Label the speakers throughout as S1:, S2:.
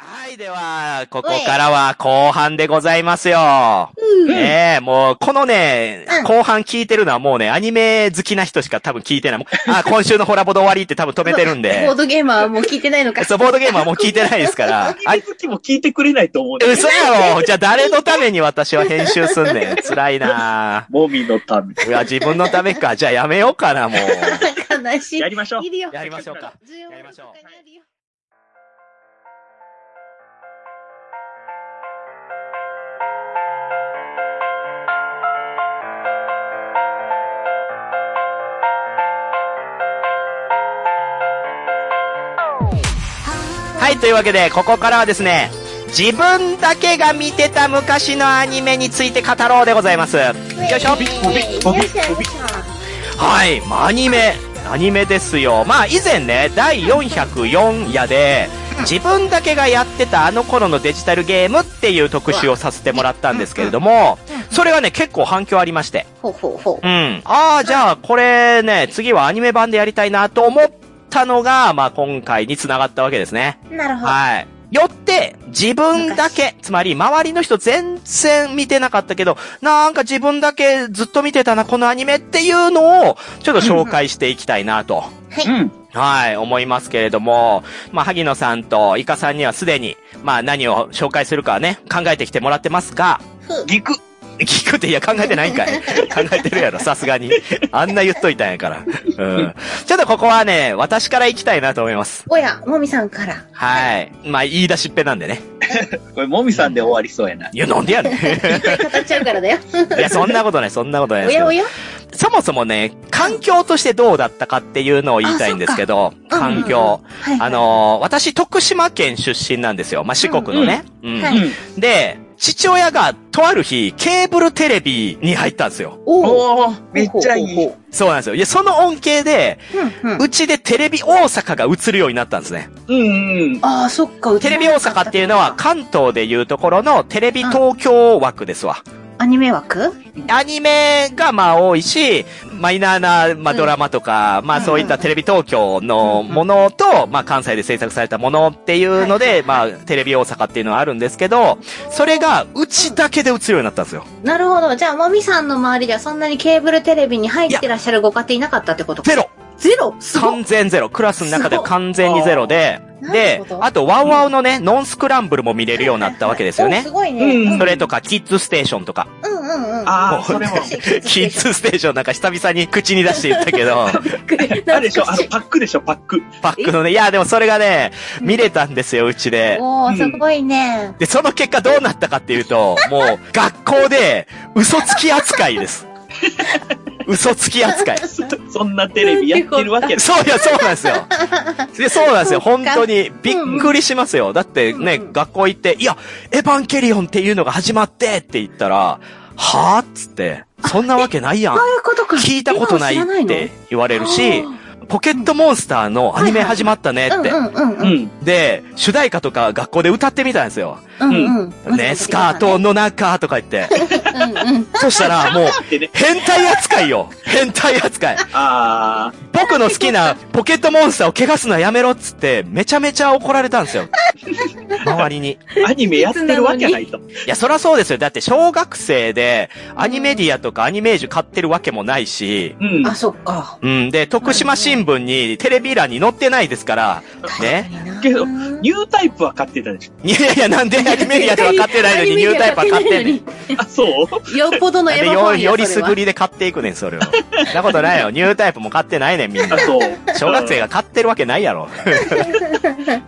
S1: はい、では、ここからは後半でございますよ。ねえ、もう、このね、
S2: うん
S1: 後半聞いてるのはもうね、アニメ好きな人しか多分聞いてない。もう あ、今週のホラボド終わりって多分止めてるんで
S2: ボー。ドゲーマーはもう聞いてないのか。
S1: そう、ボードゲームはもう聞いてないですから。あ
S3: アニメ好きも聞いてくれないと思うね。
S1: 嘘やろじゃあ誰のために私は編集すんねん。辛いな
S3: もみのため。
S1: いや、自分のためか。じゃあやめようかな、もう。
S2: 悲しい。
S3: やりましょう
S2: いるよ。
S1: やりましょうか。
S2: 14
S1: やりましょう
S2: の中にあるよ
S1: はい、というわけで、ここからはですね、自分だけが見てた昔のアニメについて語ろうでございます。よいしょ。
S2: よいしょよいし
S1: はい、まあアニメ、アニメですよ。まあ以前ね、第404夜で、自分だけがやってたあの頃のデジタルゲームっていう特集をさせてもらったんですけれども、それがね、結構反響ありまして。
S2: ょほうほうほ
S1: うん。ああ、じゃあ、これね、次はアニメ版でやりたいなと思ったのが、まあ今回に繋がったわけですね。
S2: う。なるほど。
S1: はい。よって、自分だけ、つまり周りの人全然見てなかったけど、なんか自分だけずっと見てたな、このアニメっていうのを、ちょっと紹介していきたいな と。
S3: うん。
S1: はい、思いますけれども、まあ、萩野さんとイカさんにはすでに、まあ、何を紹介するかはね、考えてきてもらってますが、
S2: ふう
S3: ギク。
S1: 聞くって、いや、考えてないんか い。考えてるやろ、さすがに。あんな言っといたんやから。うん。ちょっとここはね、私から行きたいなと思います。
S2: おや、もみさんから。
S1: はい。まあ、言い出しっぺなんでね。
S3: これ、もみさんで終わりそうやな。
S1: いや、なんでやねん。
S2: 語っちゃうからだよ。
S1: いや、そんなことない、そんなことない
S2: お
S1: ですけ
S2: や
S1: ど
S2: お。や
S1: そもそもね、環境としてどうだったかっていうのを言いたいんですけど、
S2: あそっかう
S1: 環
S2: ん
S1: 境。
S2: はい。
S1: あ、のー私、徳島県出身なんですよ。まあ、四国のね。うん
S2: は
S3: う
S2: い
S3: ん。
S1: で、父親がとある日、ケーブルテレビに入ったんですよ。
S2: おお。
S3: おー、めっちゃい
S2: ほう
S3: い
S2: ほ。
S1: そうなんですよ。いや、その恩恵で、
S2: うんうん。
S1: うちでテレビ大阪が映るようになったんですね。
S3: うんうん。
S2: ああ、そっか。
S1: テレビ大阪っていうのは、関東でいうところのテレビ東京枠ですわ。
S2: アニメ枠
S1: アニメがまあ多いし、マイナーな、まあ、ドラマとか、まあそういったテレビ東京のものと、まあ関西で制作されたものっていうので、まあテレビ大阪っていうのはあるんですけど、それがうちだけで映るようになったんですよ。
S2: なるほど。じゃあ、もみさんの周りではそんなにケーブルテレビに入ってらっしゃるご家庭いなかったってことか
S1: ゼロ
S2: ゼロすごい
S1: 完全ゼロクラスの中では完全にゼロで、
S2: ごいなる
S1: で
S2: ほ、ど
S1: あとワウワウのね、ノンスクランブルも見れるようになったわけですよ
S2: お
S1: ね
S2: す。ごいね。
S3: うん
S1: それとか、キッズステーションとか。
S2: うんうんうん。
S3: あ
S1: もう
S3: ー、そ れも。
S1: キッズステーションなんか久々に口に出して言ったけど。
S2: ズ
S3: あれでしょあの、パックでしょパック。
S1: パックのね、いや、でもそれがね、見れたんですよ、うちで。
S2: おー、すごいね。
S1: で、その結果どうなったかっていうと、も う、学校で、嘘つき扱いです。嘘つき扱い。
S3: そんなテレビやってるわけ
S1: そうや、そうなんですよ。で、そうなんですよ。本当に、びっくりしますよ。だってね
S2: うんう、ん
S1: 学校行って、いや、エヴァンゲリオンっていうのが始まってって言ったら、はぁっつって、そんなわけないやん
S2: そう。いうことか。
S1: 聞いたことないって言われるし、ポケットモンスターのアニメ始まったね
S2: 今
S1: っ
S2: は
S1: て
S2: 知ら。ないの。うんうんう
S3: うんん。
S1: で、主題歌とか学校で歌ってみたんですよ。
S2: うん。うんうん。
S1: ね、スカートの中とか言 って。
S2: うんうん。
S1: そしたらもう、
S3: でね、
S1: 変態扱いよ変態扱い
S3: あ
S1: 僕の好きなポケットモンスターを怪我すのはやめろっつって、めちゃめちゃ怒られたんですよ。周りに。い
S3: ー、アニメやってるわけないと。
S1: や、そらそうですよ。だって小学生で、アニメディアとかアニメージュ買ってるわけもないし、
S3: うん。
S2: あ、そっか。
S1: うん。で、徳島新聞にテレビ欄に載ってないですから、 ね。
S3: けど
S2: ニ
S3: ニュータイプは買ってたでしょ
S1: いやいや、なんでアニメディアでは買ってないのにニュータイプは買ってんねん。
S3: あ、そう
S2: よっぽどのエ
S1: で
S2: ヴァファ
S1: よ、
S2: ン
S1: よりすぐ
S2: り。
S1: りで買っていくねん、それを。 そんなことないよ。ニュータイプも買ってないねん、みんな
S3: あ、。そう。
S1: 小学生が買ってるわけないやろ。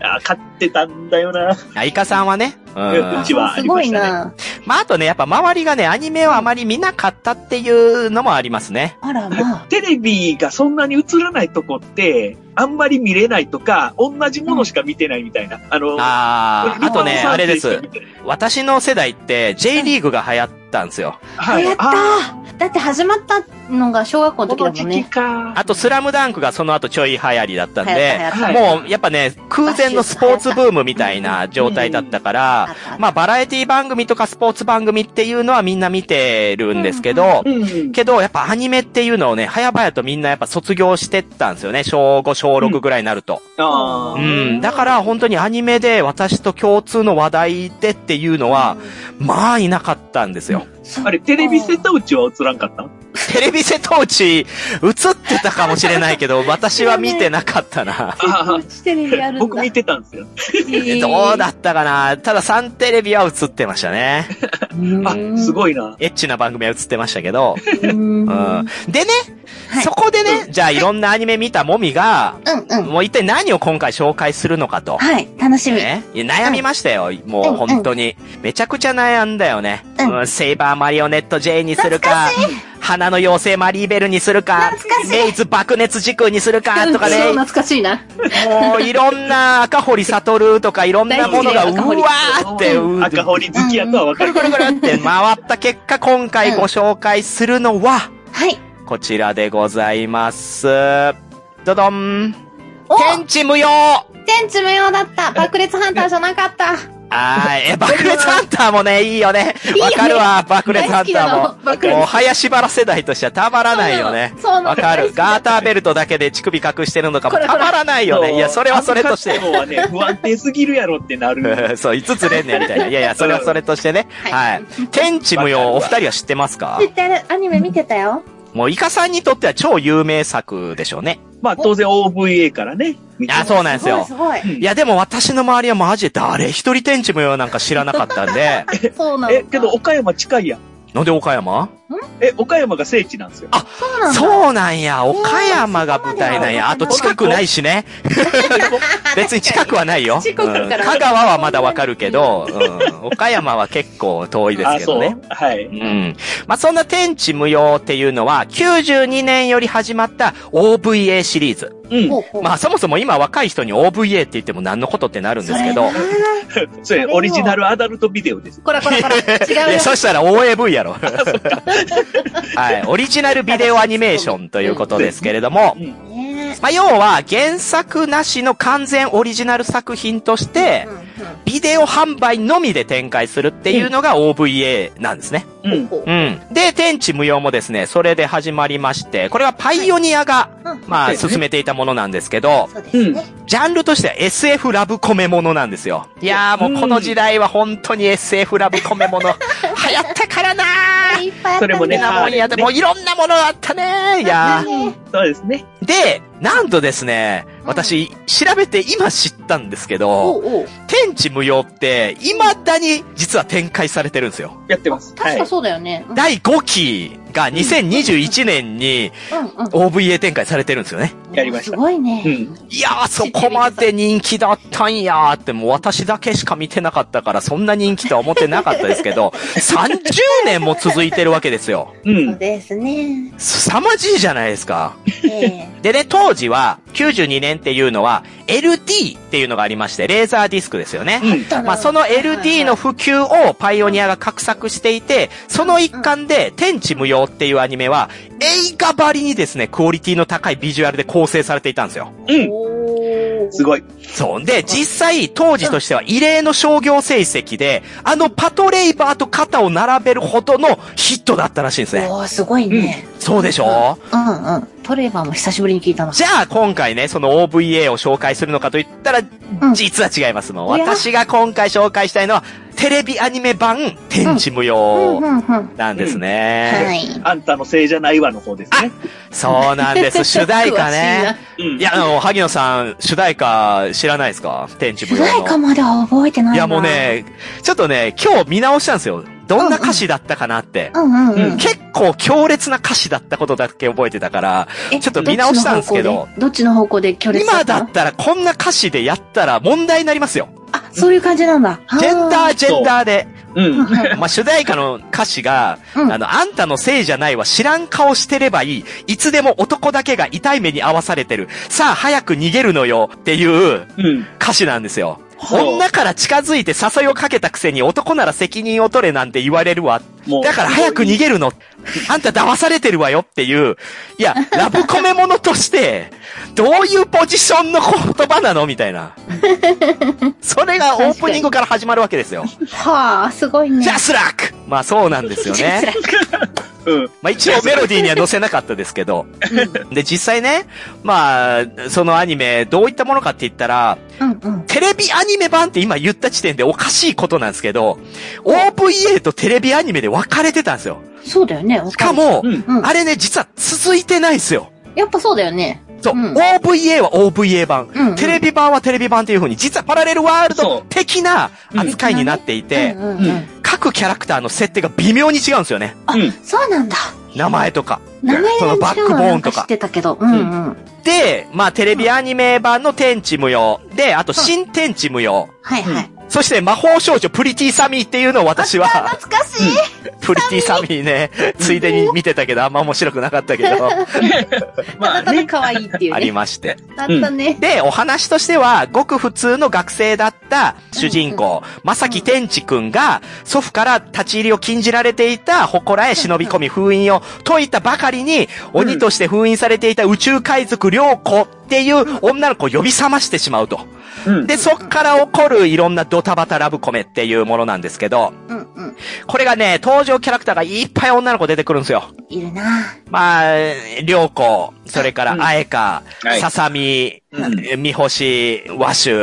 S3: あ、買ってたんだよな。
S1: あ、イカさんはね。うん。
S3: うちはあ
S2: す
S3: り
S2: ご
S3: ま
S2: い
S3: したね。
S2: な。
S1: まあ、あとね、やっぱ周りがね、アニメをあまり見なかったっていうのもありますね。
S2: あらまあ。
S3: テレビがそんなに映らないとこって、あんまり見れないとか、同じものしか見てないみたいな。あの、
S1: あー、あとね、あれです。。私の世代って J リーグが流行ったんですよ。
S3: は
S2: や
S3: い
S2: っ。た
S3: あ
S2: ーだって始まったのが小学校の
S3: こ
S2: 時だ
S3: の
S2: も
S3: 時
S2: ん
S3: 期
S2: ね。
S3: か。
S1: あと、スラムダンクがその後ちょい流行りだったんで、
S2: 流行った
S3: はい
S2: 流行っ
S1: もう、やっぱね、空前のスポーツブームみたいな状態だったから、
S2: た
S1: まあ、バラエティ番組とかスポーツ番組っていうのはみんな見てるんですけど、
S3: うん。
S1: けど、やっぱアニメっていうのをね、早々とみんなやっぱ卒業してったんですよね。小5、小6ぐらいになると。
S3: あ
S1: う
S3: ー
S1: ん。だから本当にアニメで私と共通の話題でっていうのは、まあいなかったんですよ。
S3: あれ、テレビ瀬戸内は映らんかった
S1: テレビ瀬戸内、映ってたかもしれないけ ど、私は見てなかったな。
S3: あー
S2: テレビあるんだ。
S3: 僕見てたんですよ。
S1: どうだったかなただ3テレビは映ってましたね。
S3: あ、す
S2: い。
S3: ごいな。
S1: エッチな番組は映ってましたけど。
S2: うん。うん
S1: う
S2: うん
S1: ん。でね、
S2: はい
S1: そこでね、じゃあいろんなアニメ見たもみが、
S2: うん。
S1: もう一体何を今回紹介するのかと。
S2: はい、楽しみ。
S1: ね、いや悩みましたよ、もう本当に。めちゃくちゃ悩んだよね。
S2: うん
S1: うんセイバーマリオネット J にするか、花の妖精マリーベルにするか、メイズ爆熱時空にするかとか
S2: そう
S1: ね、
S2: 懐かしいな。
S1: もういろんな赤堀悟とかいろんなものが、
S2: 大
S1: う
S2: 好き
S1: わ
S2: だよ
S1: ーって、う
S3: 赤堀好きやとはわ
S1: くる
S3: かる。
S1: くるくるって回った結果、今回ご紹介するのは、
S2: はい。
S1: こちらでございます。どどん。
S2: お
S1: 天地無用
S2: 天地無用だった。爆裂ハンターじゃなかった。
S1: あ ー、え、爆裂ハンターもね、いいよね。
S2: いよね
S1: わかるわ、爆裂ハンター
S2: 大好きなの
S1: も。
S2: 爆裂
S1: もう、林原世代としてはたまらないよね。
S2: そうなの
S1: わか
S2: 大好
S1: る。
S2: きだ
S1: ガーターベルトだけで乳首隠してるのかも
S2: これこ
S1: た
S2: れ
S1: まらないよね。いや、それはそれとし
S3: あ
S1: て
S3: の。格好はね、不安定すぎるやろってなる。
S1: そう、5つ連ねみたいな。いやいや、それはそれとしてね。
S2: うん
S1: は。
S2: はい
S1: 天地無用、お二人は知ってますか
S2: 知ってる。アニメ見てたよ。
S1: もう、イカさんにとっては超有名作でしょうね。
S3: まあ当然 OVA からね。見て
S1: あ、そうなんですよ。
S2: すごい。
S1: いや、でも私の周りはマジで誰一人天地無用なんか知らなかったん で。
S2: そうなのか。
S3: え、けど岡山近いやん。
S1: なんで岡山
S3: え、岡山が聖地なんですよ。あ、
S2: そうなんだ。
S1: そうなんや、岡山が舞台なんや。あ
S2: そ
S1: と
S2: うなんだ
S1: 近くないしね。別に近く はないよ。
S2: 近くから
S1: うん香川はまだわかるけど、うん岡山は結構遠いですけ
S3: そ
S1: ど
S3: う
S1: ね。。
S3: はい。
S1: うん。まあ、そんな天地無用っていうのは、92年より始まった OVA シリーズ。
S3: うん。
S2: ほうほう。
S1: まあ、そもそも今若い人に OVA って言っても何のことってなるんですけど
S2: そ。れな
S3: それ、オリジナルアダルトビデオです。
S2: こら こらこら。
S1: い
S2: 違う
S1: や、
S2: よ。
S1: そしたら OAV やろ。 はい。オリジナルビデオアニメーションということですけれども、
S2: ね
S1: まあ、要は原作なしの完全オリジナル作品として
S2: う、んう
S1: ビデオ販売のみで展開するっていうのが OVA なんですね。
S3: うん
S2: ん。
S3: ん。
S2: ほうほう
S1: うん。で、天地無用もですね、それで始まりまして、これはパイオニアが、
S2: うん
S1: ま
S3: そう
S1: あ、
S3: ですね
S1: 進めていたものなんですけど、
S2: そうですね。
S1: ジャンルとしては SF ラブコメものなんですよ。いやーもうこの時代は本当に SF ラブコメ もの、流行ったからなー
S2: いっぱいあったんだ
S3: それもね
S1: いろんなもんやって、もういろんなものあったねーいやー
S2: ね
S3: そうですね。
S1: で、なんとですね、
S2: うん
S1: 私、調べて今知ったんですけ
S2: お
S1: ど、
S2: うおう。
S1: 天地無用って、未だに実は展開されてるんですよ。
S3: やってます。は
S2: 確
S3: い
S2: か。そうだよね。うん
S1: 第5期が2021年に
S2: うんうん。
S1: OVA 展開されてるんですよね。
S3: やりました
S2: すごいね。
S3: うん。
S1: いやー、そこまで人気だったんやーって、もう私だけしか見てなかったから、そんな人気とは思ってなかったですけ ど、30年も続いてるわけですよ。
S3: う。
S2: そうんですね。
S1: 凄まじいじゃないですか。
S2: ええ。
S1: でね、当時は、92年っていうのは、LD っていうのがありまして、レーザーディスクですよね。
S3: う ん。
S1: まあ、その LD の普及をパイオニアが画策していて、その一環で、天地無用っていうアニメは、映画ばりにですね、クオリティの高いビジュアルで構成されていたんですよ。
S3: うん。
S2: お
S3: す
S2: い。
S3: ごい。
S1: そう。で、実際、当時としては異例の商業成績で、あのパトレイバーと肩を並べるほどのヒットだったらしいんですね。
S2: おー、すごいね。
S1: そうでしょ
S2: うんうん。トレーバーも久しぶりに聞いたの。
S1: じゃあ、今回ね、その OVA を紹介するのかと言ったら、
S2: ん
S1: 実は違います。もう、
S2: いや
S1: 私が今回紹介したいのは、テレビアニメ版、天地無用
S2: うんうんうん。
S1: なんですね。
S2: はい。
S3: あんたのせいじゃないわの方ですね。
S1: そうなん です。主題歌ね。
S3: うん。
S1: いや、あの、萩野さん、主題歌知らないですか天地
S2: 詳し
S1: 無
S2: い
S1: 用
S2: な。主題
S1: の
S2: 歌。までは覚えてないな。
S1: いや、もう。ね、ちょっとね、今日見直したんですよ。どんな歌詞だったかなって。
S2: うんうんうん。
S1: 結構強烈な歌詞だったことだけ覚えてたから、
S2: え
S1: ちょっと見直したんですけど。
S2: どっちの方向でどっちの方向で距離
S1: 今だったらこんな歌詞でやったら問題になりますよ。
S2: あ、そういう感じなんだ。
S1: ジェンダ
S2: あ
S1: ー、ジェンダーで。
S3: うん。
S1: まあ、主題歌の歌詞が、
S2: うん
S1: あの、あんたのせいじゃないは知らん顔してればいい。いつでも男だけが痛い目に合わされてる。さあ、早く逃げるのよ。っていう
S3: うん。
S1: 歌詞なんですよ。女から近づいて誘いをかけたくせに男なら責任を取れなんて言われるわ。
S3: もう
S1: だから早く逃げるの。あんた騙されてるわよっていう。いや、ラブコメものとして、どういうポジションの言葉なのみたい な。それがオープニングから始まるわけですよ。
S2: はあ、すごいね。
S1: ジャスラックまあそうなんですよ
S2: ジャス
S1: ね。
S2: ラック
S3: うん。
S1: まあ一応メロディーには載せなかったですけど。で、実際ね、まあ、そのアニメ、どういったものかって言ったら、
S2: うんうんうん。
S1: テレビアニメ版って今言った時点でおかしいことなんですけど、OVA とテレビアニメで分かれてたんですよ。
S2: そうだよね。
S1: しかも、
S3: うん。
S2: うん。
S1: あれね、実は続いてないんですよ。
S2: やっぱそうだよね。
S1: そう、
S2: うん
S1: OVA は OVA 版、
S2: うんうん
S1: テレビ版はテレビ版っていう風に、実はパラレルワール
S3: そ
S1: ド
S3: う
S1: 的な扱いになっていて、
S2: うんうんう。
S3: うん
S1: 各キャラクターの設定が微妙に違うんですよね。
S3: うん。
S2: そうなんだ。
S1: 名前とか。
S2: 名前が
S1: そのバックボーンとか
S2: 知ってたけど。うんうん。
S1: で、まあテレビアニメ版の天地無用。で、あと新天地無用。
S2: はいはい。
S1: そして魔法少女プリティサミーっていうのを私は。
S2: 懐かしい
S1: プリティサミーね、ついでに見てたけど、あんま面白くなかったけ ど、
S3: ま
S2: た
S3: あ
S2: だただ
S3: ね。
S2: 可愛いっていう
S1: あり
S2: ね。
S1: まして。
S2: あったね。
S1: で、お話としては、ごく普通の学生だった主人公、まさき天智くんが、祖父から立ち入りを禁じられていた、祠へ忍び込み封印を解いたばかりに、鬼として封印されていた宇宙海賊良子っていう女の子を呼び覚ましてしまうと。
S3: うん。
S1: で、そっから起こるいろんなドタバタラブコメっていうものなんですけど、
S2: うんうん。
S1: これがね、登場キャラクターがいっぱい女の子出てくるんですよ。
S2: いるな
S1: まあ、りょうこ、それか
S3: うん
S1: ら、あえか
S3: は、い
S1: ささみ、
S3: うん
S1: みほし、わしゅ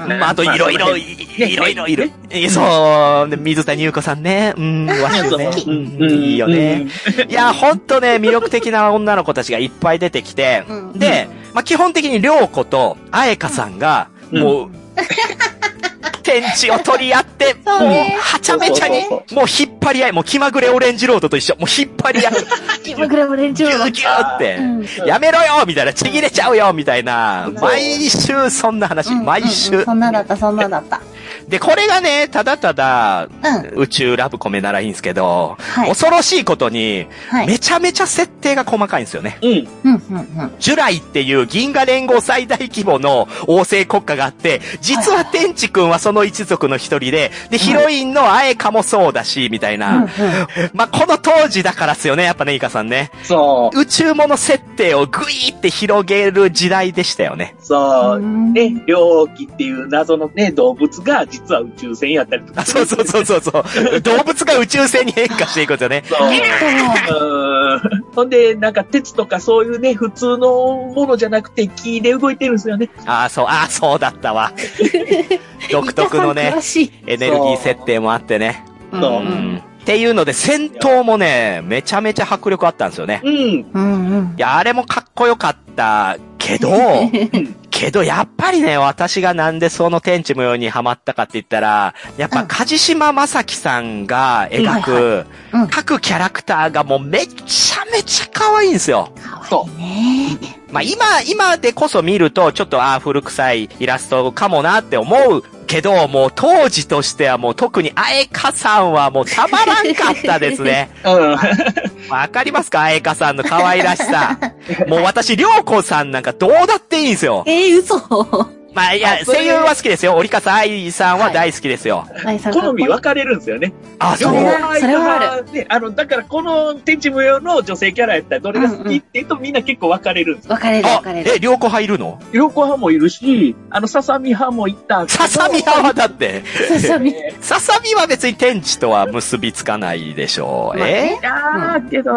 S2: う
S1: うんまあ、あと、い
S3: まあ
S1: ろい
S3: そ
S1: ろ、
S3: の
S1: い
S3: ね
S1: いろいろいる。いそう、で水谷優子さんね。うん、わしゅね。
S2: 好
S1: う
S2: き
S1: んいいよね。。いや、ほんとね、魅力的な女の子たちがいっぱい出てきて
S2: うん、
S1: で、まあ、基本的にりょうこと、あえかさんが、
S3: うん
S1: もう、天地を取り合って、もう
S2: そうね、
S1: はちゃめちゃに
S3: そうそう、
S1: もう引っ張り合い、もう気まぐれオレンジロードと一緒、もう引っ張り合い、
S2: 今ぐらいオレンジ
S1: ギ
S2: ロ
S1: ュ
S2: ー
S1: ーギューって
S2: う、ん
S1: やめろよみたいな、ちぎれちゃうよみたいな、毎週そんな話、
S2: うん
S1: 毎
S2: うんう
S1: 週
S2: ん。そんなだった、そんなだった。
S1: で、これがね、ただただ、
S2: うん。
S1: 宇宙ラブコメならいいんですけど、
S2: はい。
S1: 恐ろしいことに、
S2: はい。
S1: めちゃめちゃ設定が細かいんですよね。
S3: うん。
S2: うんうんうん。
S1: ジュライっていう銀河連合最大規模の王政国家があって、実は天智くんはその一族の一人で、で、ヒロインのアエカもそうだし、みたい
S2: うんうん
S1: な。まあ、この当時だからっすよね、やっぱね、イカさんね。
S3: そう。
S1: 宇宙もの設定をグイーって広げる時代でしたよね。
S3: そうう。
S2: ん
S3: ね、猟奇っていう謎のね、動物が実は宇宙船やったりとか。
S1: あ、そうそうそうそうそう。動物が宇宙船に変化していくんですよね。
S3: そう。
S2: そう
S3: うんほんで、なんか鉄とかそういうね、普通のものじゃなくて木で動いてるんですよね。
S1: ああ、そう、ああ、そうだった わ。独特の
S2: 伊藤さん詳
S1: ね、
S2: しい
S1: エネルギー設定もあってね。
S2: うん
S1: う。
S3: そうん
S1: っていうので、戦闘もね、めちゃめちゃ迫力あったんですよね。
S3: うん。
S2: うんうん
S1: い。や、あれもかっこよかったけ ど、けどやっぱりね、私がなんでその天地無用にハマったかって言ったら、やっ
S2: う
S1: ぱ
S2: ん
S1: 梶島正樹さんが描
S2: うん
S1: く
S2: はいうん、
S1: 各キャラクターがもうめちゃめちゃ可愛いんですよ。
S2: かわいいね。
S1: まあ今、今でこそ見ると、ちょっとああ、古臭いイラストかもなって思うけど、もう当時としてはもう特にあえかさんはもうたまらんかったですね。
S3: うん。
S1: わかりますかあえかさんの可愛らしさ。もう私、りょうこさんなんかどうだっていいんですよ。
S2: えー、 嘘。
S1: まあいや、
S3: あそう
S1: 声
S3: いう
S1: 優は好きですよ。折笠愛さんは大好きですよ。
S2: 愛さん
S3: 好み分かれるんですよね。
S1: あ、そ
S2: れ
S1: う。
S2: はそれはあ
S3: る。ね、あの、だからこの天地無用の女性キャラやったらどれが好きって言うとみんな結構分かれるんです。
S2: 分かれる分
S1: あ
S2: かれ、る。
S1: え、りょうこ派いるの
S3: 横派もいるし、あの、ささみ派もいた。
S1: ささみ派はだって、
S2: ささみ。
S3: え
S1: ささみは別に天地とは結びつかないでしょう。
S2: まあ
S1: え
S2: ね
S3: ー、あー、けど、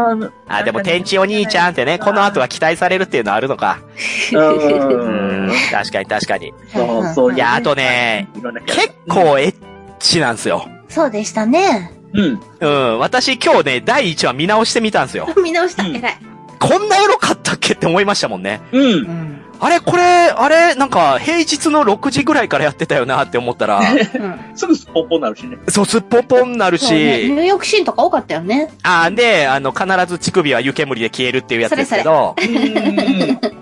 S1: あ、でも天地お兄ちゃんってね、この後は期待されるっていうのはあるのか。う
S3: うん
S1: ん。。確かに確かに。
S3: そうそう
S1: いや、あとね、
S3: いろんなキャラ
S1: 結構エッチなんですよ。
S2: そうでしたね。
S3: うん。
S1: うん。私今日ね、第1話見直してみたんですよ。
S2: 見直した。
S3: うん
S2: 偉い。
S1: こんなエロかったっけって思いましたもんね。
S3: うん。
S2: ん。
S1: あれ、これ、あれ、なんか、平日の6時ぐらいからやってたよなって思った ら、
S3: すぐすっぽんぽんなるしね。
S1: そう、すっぽんぽんなる
S2: そうね。ニュ
S1: し、
S2: ーヨークシーンとか多かったよね。
S1: あ、で、あの、必ず乳首は湯煙で消えるっていうやつですけ
S2: そ
S1: ど、
S3: うん。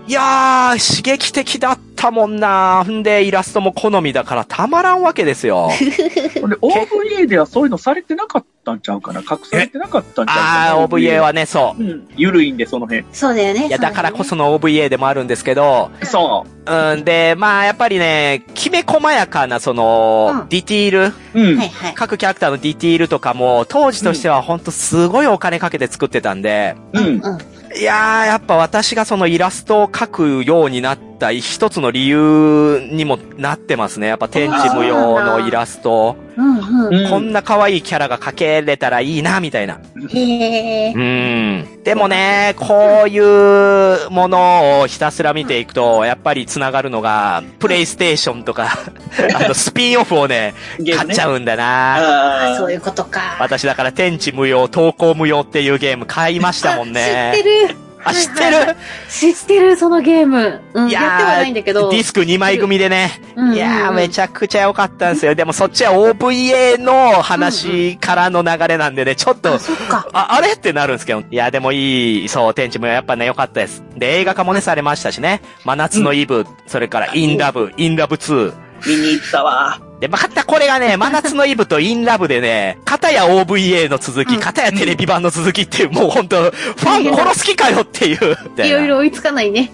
S1: いやー、刺激的だったもんな。んで、イラストも好みだからたまらんわけですよ。
S3: で、OVA ではそういうのされてなかっったんちゃうかな。隠されて なかったんちゃ
S1: あ
S3: う
S1: あ、
S3: かな。
S1: OVA。はね、そ
S3: うん。ゆるいんで、その辺。
S2: そうだよね。
S1: う。いや、だからこ
S2: そ
S1: その OVA でもあるんですけど、
S3: そ
S1: うん、で、まあ、やっぱりね、きめ細やかな、その、
S2: うん
S1: ディティール、
S3: う。う。
S2: うんだよね。はいはい。
S1: 各キャラクターのディティールとかも、当時としてはほんとすごいお金かけて作ってたんで、
S3: うん。
S2: うん。
S1: いやー、やっぱ私がそのイラストを描くようになった一つの理由にもなってますね。やっぱ天地無用のイラスト。
S2: うんうん。
S3: うん
S1: こんな可愛いキャラが描けれたらいいな、みたいな。
S2: へえ
S1: う。ん。でもね、こういうものをひたすら見ていくと、やっぱり繋がるのが、プレイステーションと か、あの、スピンオフをね、
S3: ゲーム
S1: 買っ
S3: ね
S1: ちゃうんだな。
S3: ああ、
S2: そういうことか。
S1: 私だから天地無用、投稿無用っていうゲーム買いましたもん
S2: あ知っ
S1: ね。
S2: てる。
S1: あ、知ってる
S2: 知ってる、そのゲーム。うん、
S1: い
S2: や
S1: やー
S2: ってはないんだけど。
S1: ディスク2枚組でね。
S2: うん
S1: いやー、め
S2: ゃ。
S1: ちゃくちゃ良かったんですよ。でもそっちは OVA の話からの流れなんでね、ちょっと
S2: あ、そっか。
S1: あ、あれってなるんですけど。いや、でもいい、そう、天地もやっぱね、良かったです。で、映画化もね、されましたしね。真夏のイブ、それから、インラブ、インラブ2。
S3: 見に行ったわ。
S1: で、またこれがね、真夏のイブとインラブでね、片や OVA の続き、
S2: うん
S1: 片やテレビ版の続きっていう、もうほんと、ファン殺す気かよっていう。みた
S2: いろい
S1: な。
S2: ろ追いつかないね。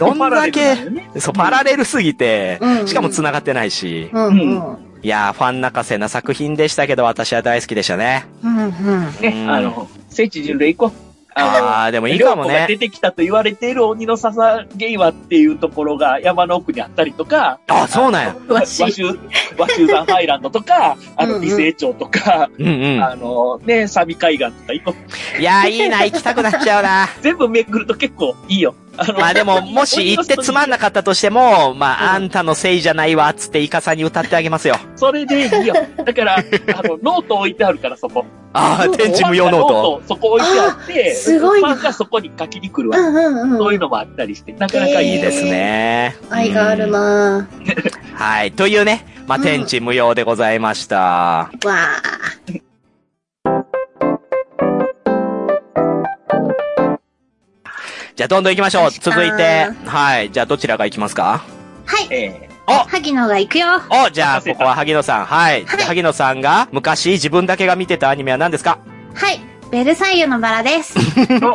S1: どんだ
S3: パラレル
S1: け
S3: な、のね
S1: そう、パラレルすぎて
S2: う、ん
S1: しかも繋がってないし。
S2: うんうん。
S1: いやー、ファン泣かせな作品でしたけど、私は大好きでしたね。
S2: うんうん。
S1: う
S3: ね、
S1: ん
S3: あの、聖地巡礼行こう。
S1: あー、でもいいかも
S3: 涼子が
S1: ね
S3: 出。てきたと言われている鬼の笹ゲイワっていうところが山の奥にあったりとか、
S1: あ、そうなんや。
S2: 詳し
S3: 和
S2: い。
S3: 州、和州山ハイランドとか、あ
S2: うんう
S3: の、
S2: ん
S3: 美成町とか、
S1: うんうん。
S3: あの、ね、サビ海岸とか行こう、
S1: いやー、いいな、行きたくなっちゃうな。
S3: 全部めくると結構いいよ。あ の
S1: まあで も、もし行ってつまんなかったとしても、まあ、あんたのせいじゃないわ、つってイカさんに歌ってあげますよ。
S3: それでいいよ。だから、あの、ノート置いてあるから、そこ。
S1: ああ、天地無用ノート。
S3: ファンがノート。そこ置いてあって、
S2: あすごいな
S3: ファンがそこに書きに来る
S2: う
S3: わ。
S2: んうん
S3: そう
S2: う
S3: い
S2: ん。
S3: うのもあったりして、なかなかいい
S1: いい
S3: で。
S1: ですすね。
S2: 愛がある
S1: うん。
S2: な
S1: はい。というね、まあ、
S2: うん
S1: 天地無用でございました。
S2: ぁ。わ
S1: じゃあ、どんどん行きましょう。
S2: 確か
S1: 続いて、はい。じゃあ、どちらが行きますか
S2: ぁ。はい。
S3: え
S2: 萩野が行くよ。
S1: お、じゃあ、
S3: 任せ
S1: こ
S3: た
S1: こは萩野さん。はい。
S2: はい
S1: じゃあ萩野さんが、昔自分だけが見てたアニメは何ですか
S2: はい。ベルサイユのバラです。
S3: えの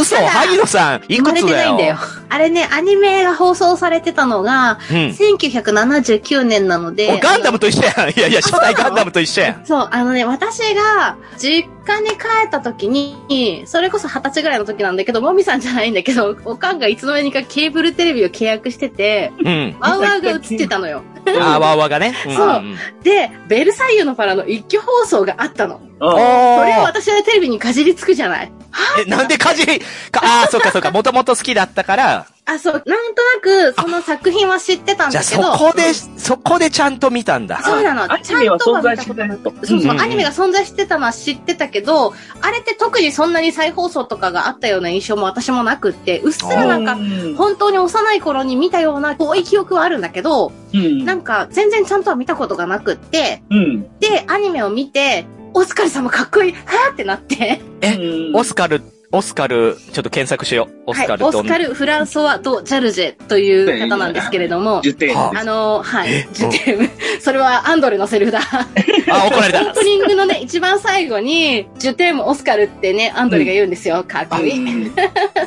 S1: 嘘
S2: ただ
S1: 萩野さん、 い
S2: 生
S1: く
S2: まれ
S1: つ
S2: て
S1: だ
S2: ない
S1: よ
S2: んだよ。あれね、アニメが放送されてたのが、
S1: うん。
S2: 1979年なので。
S1: お、ガンダムと一緒やん。いやいや、初代ガンダムと一緒やん。
S2: そう、あのね、私が、実家に帰った時に、それこそ二十歳ぐらいの時なんだけど、もみさんじゃないんだけど、おかんがいつの間にかケーブルテレビを契約してて、
S1: うん。
S2: ワウワウが映ってたのよ。
S1: あーわーわーがね。ん
S2: そうんで、ベルサイユのパラの一挙放送があったの。
S1: お
S3: うん
S2: それを
S1: ー。
S2: 私はテレビにかじりつくじゃない。
S1: え、なんでかじり、か、あー、そっかそっか。もともと好きだったから、
S2: あ、そう、なんとなく、その作品は知ってたん
S1: じゃ
S2: だ
S1: あ
S2: け
S1: そ
S2: ど。
S1: こで、そこでちゃんと見たんだ。
S2: そうな
S3: あ
S2: の。
S3: ア
S2: ち
S3: ニ
S2: ゃ
S3: メは
S2: んと
S3: 存
S2: は
S3: 在
S2: 見
S3: したて
S2: こ
S3: ないと
S2: と。そう
S1: うん
S2: そうう、
S1: ん
S2: アニメが存在してたのは知ってたけど、あれって特にそんなに再放送とかがあったような印象も私もなくって、うっすらなんか、
S3: うん
S2: 本当に幼い頃に見たような遠い記憶はあるんだけど、
S3: うん
S2: なんか全然ちゃんとは見たことがなくって、
S3: うん。
S2: で、アニメを見て、お疲れ様かっこいいはぁってなって。
S1: え
S3: うん
S1: オスカル、オスカル、ちょっと検索しよう。オスカル
S2: はい、オ
S1: ど
S2: ス
S1: ん
S2: カル・フランソワ・ド・ジャルジェという方なんですけれども、
S3: 受験です。
S1: は
S2: あのー、はい
S1: え、
S2: 受験、それはアンドレのセリフだ。
S1: あ、怒られ
S2: オー
S1: た。
S2: プニングのね、一番最後に、ジュテーム・オスカルってね、アンドレが言うんですよ。かっこいい。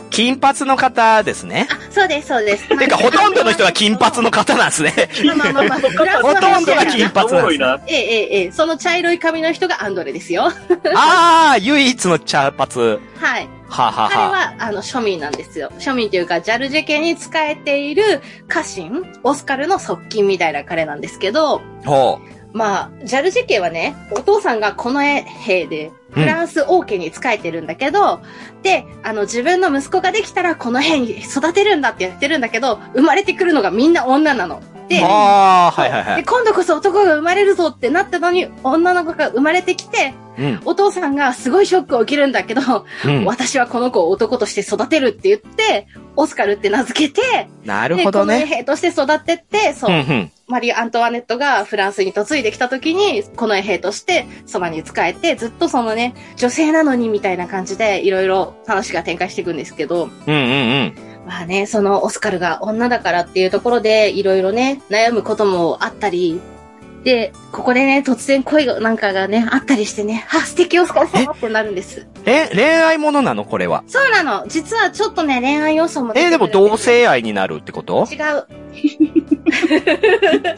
S1: 金髪の方ですね。
S2: そうです、そうです。
S1: てか、ほとんどの人が金髪の方なんですね。
S2: まあまあまあまあ、フランス
S1: ほ
S2: の
S1: とん
S2: 話
S1: ど
S2: だ
S1: が
S2: から
S1: 金
S2: え
S1: 髪
S3: お
S1: なん
S3: もろ
S1: で
S3: い
S1: す。
S3: な。
S2: ええええ、その茶色い髪の人がアンドレですよ。はい。
S1: あー、唯一の茶髪。はあ、はあ
S2: 彼
S1: はあ、
S2: は、あの、庶民なんですよ。庶民というか、ジャルジェ家に仕えている家臣、オスカルの側近みたいな彼なんですけど、
S1: ほ
S2: まあ、ジャルジェ家はね、お父さんがこの絵兵で、
S1: うん
S2: フランス王家に仕えてるんだけど、で、あの、自分の息子ができたらこの兵に育てるんだってやってるんだけど、生まれてくるのがみんな女なの。で
S1: う。、あー、はいはいは
S2: で
S1: い。
S2: 今度こそ男が生まれるぞってなったのに、女の子が生まれてきて、
S1: うん。
S2: お父さんがすごいショックを受けるんだけど、
S1: うん。
S2: 私はこの子を男として育てるって言って、オスカルって名付けて、
S1: なる
S2: で、
S1: ほど
S2: この衛
S1: ね。
S2: 兵として育ってって、そうう、
S1: んうん。
S2: マリー・アントワネットがフランスに嫁いできた時に、この衛兵としてそばに仕えて、ずっとそのね、女性なのにみたいな感じで、いろいろ話が展開していくんですけど、
S1: うんうんうん。
S2: まあね、そのオスカルが女だからっていうところで、いろいろね、悩むこともあったり、で、ここでね、突然恋がなんかがね、あったりしてね、あ、素敵お疲れ様ってなるんです。
S1: え、恋愛ものなのこれは。
S2: そうなの。実はちょっとね、恋愛要素も出
S1: え、
S2: て
S1: で
S2: くる
S1: も
S2: んすよ
S1: 同性愛になるってこと
S2: 違う。
S3: 違う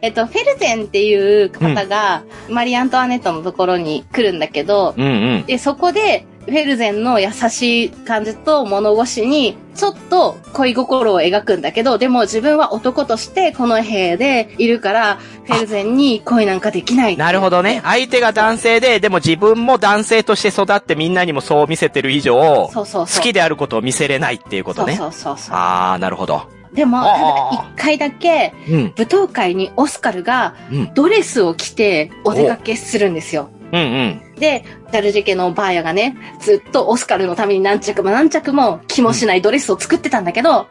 S2: えっと、フェルゼンっていう方が、マリー・アントワネットのところに来るんだけど、
S1: うんうん。
S2: で、そこで、フェルゼンの優しい感じと物腰に、ちょっと恋心を描くんだけど、でも自分は男としてこの兵でいるから、フェルゼンに恋なんかできない。
S1: なるほどね。。相手が男性で、でも自分も男性として育ってみんなにもそう見せてる以上、好
S2: そうそうそう。
S1: きであることを見せれないっていうことね。
S2: そうそうそうそ
S1: あー、なるほど。
S2: う。でも、た
S1: あー
S2: だ一回だけ、
S1: うん。
S2: 舞踏会にオスカルが
S1: うん
S2: ドレスを着てお出かけするんですよ。
S1: うんうん。
S2: で、ダルジェケのバーヤがね、ずっとオスカルのために何着も何着も気もしないドレスを作ってたんだけど、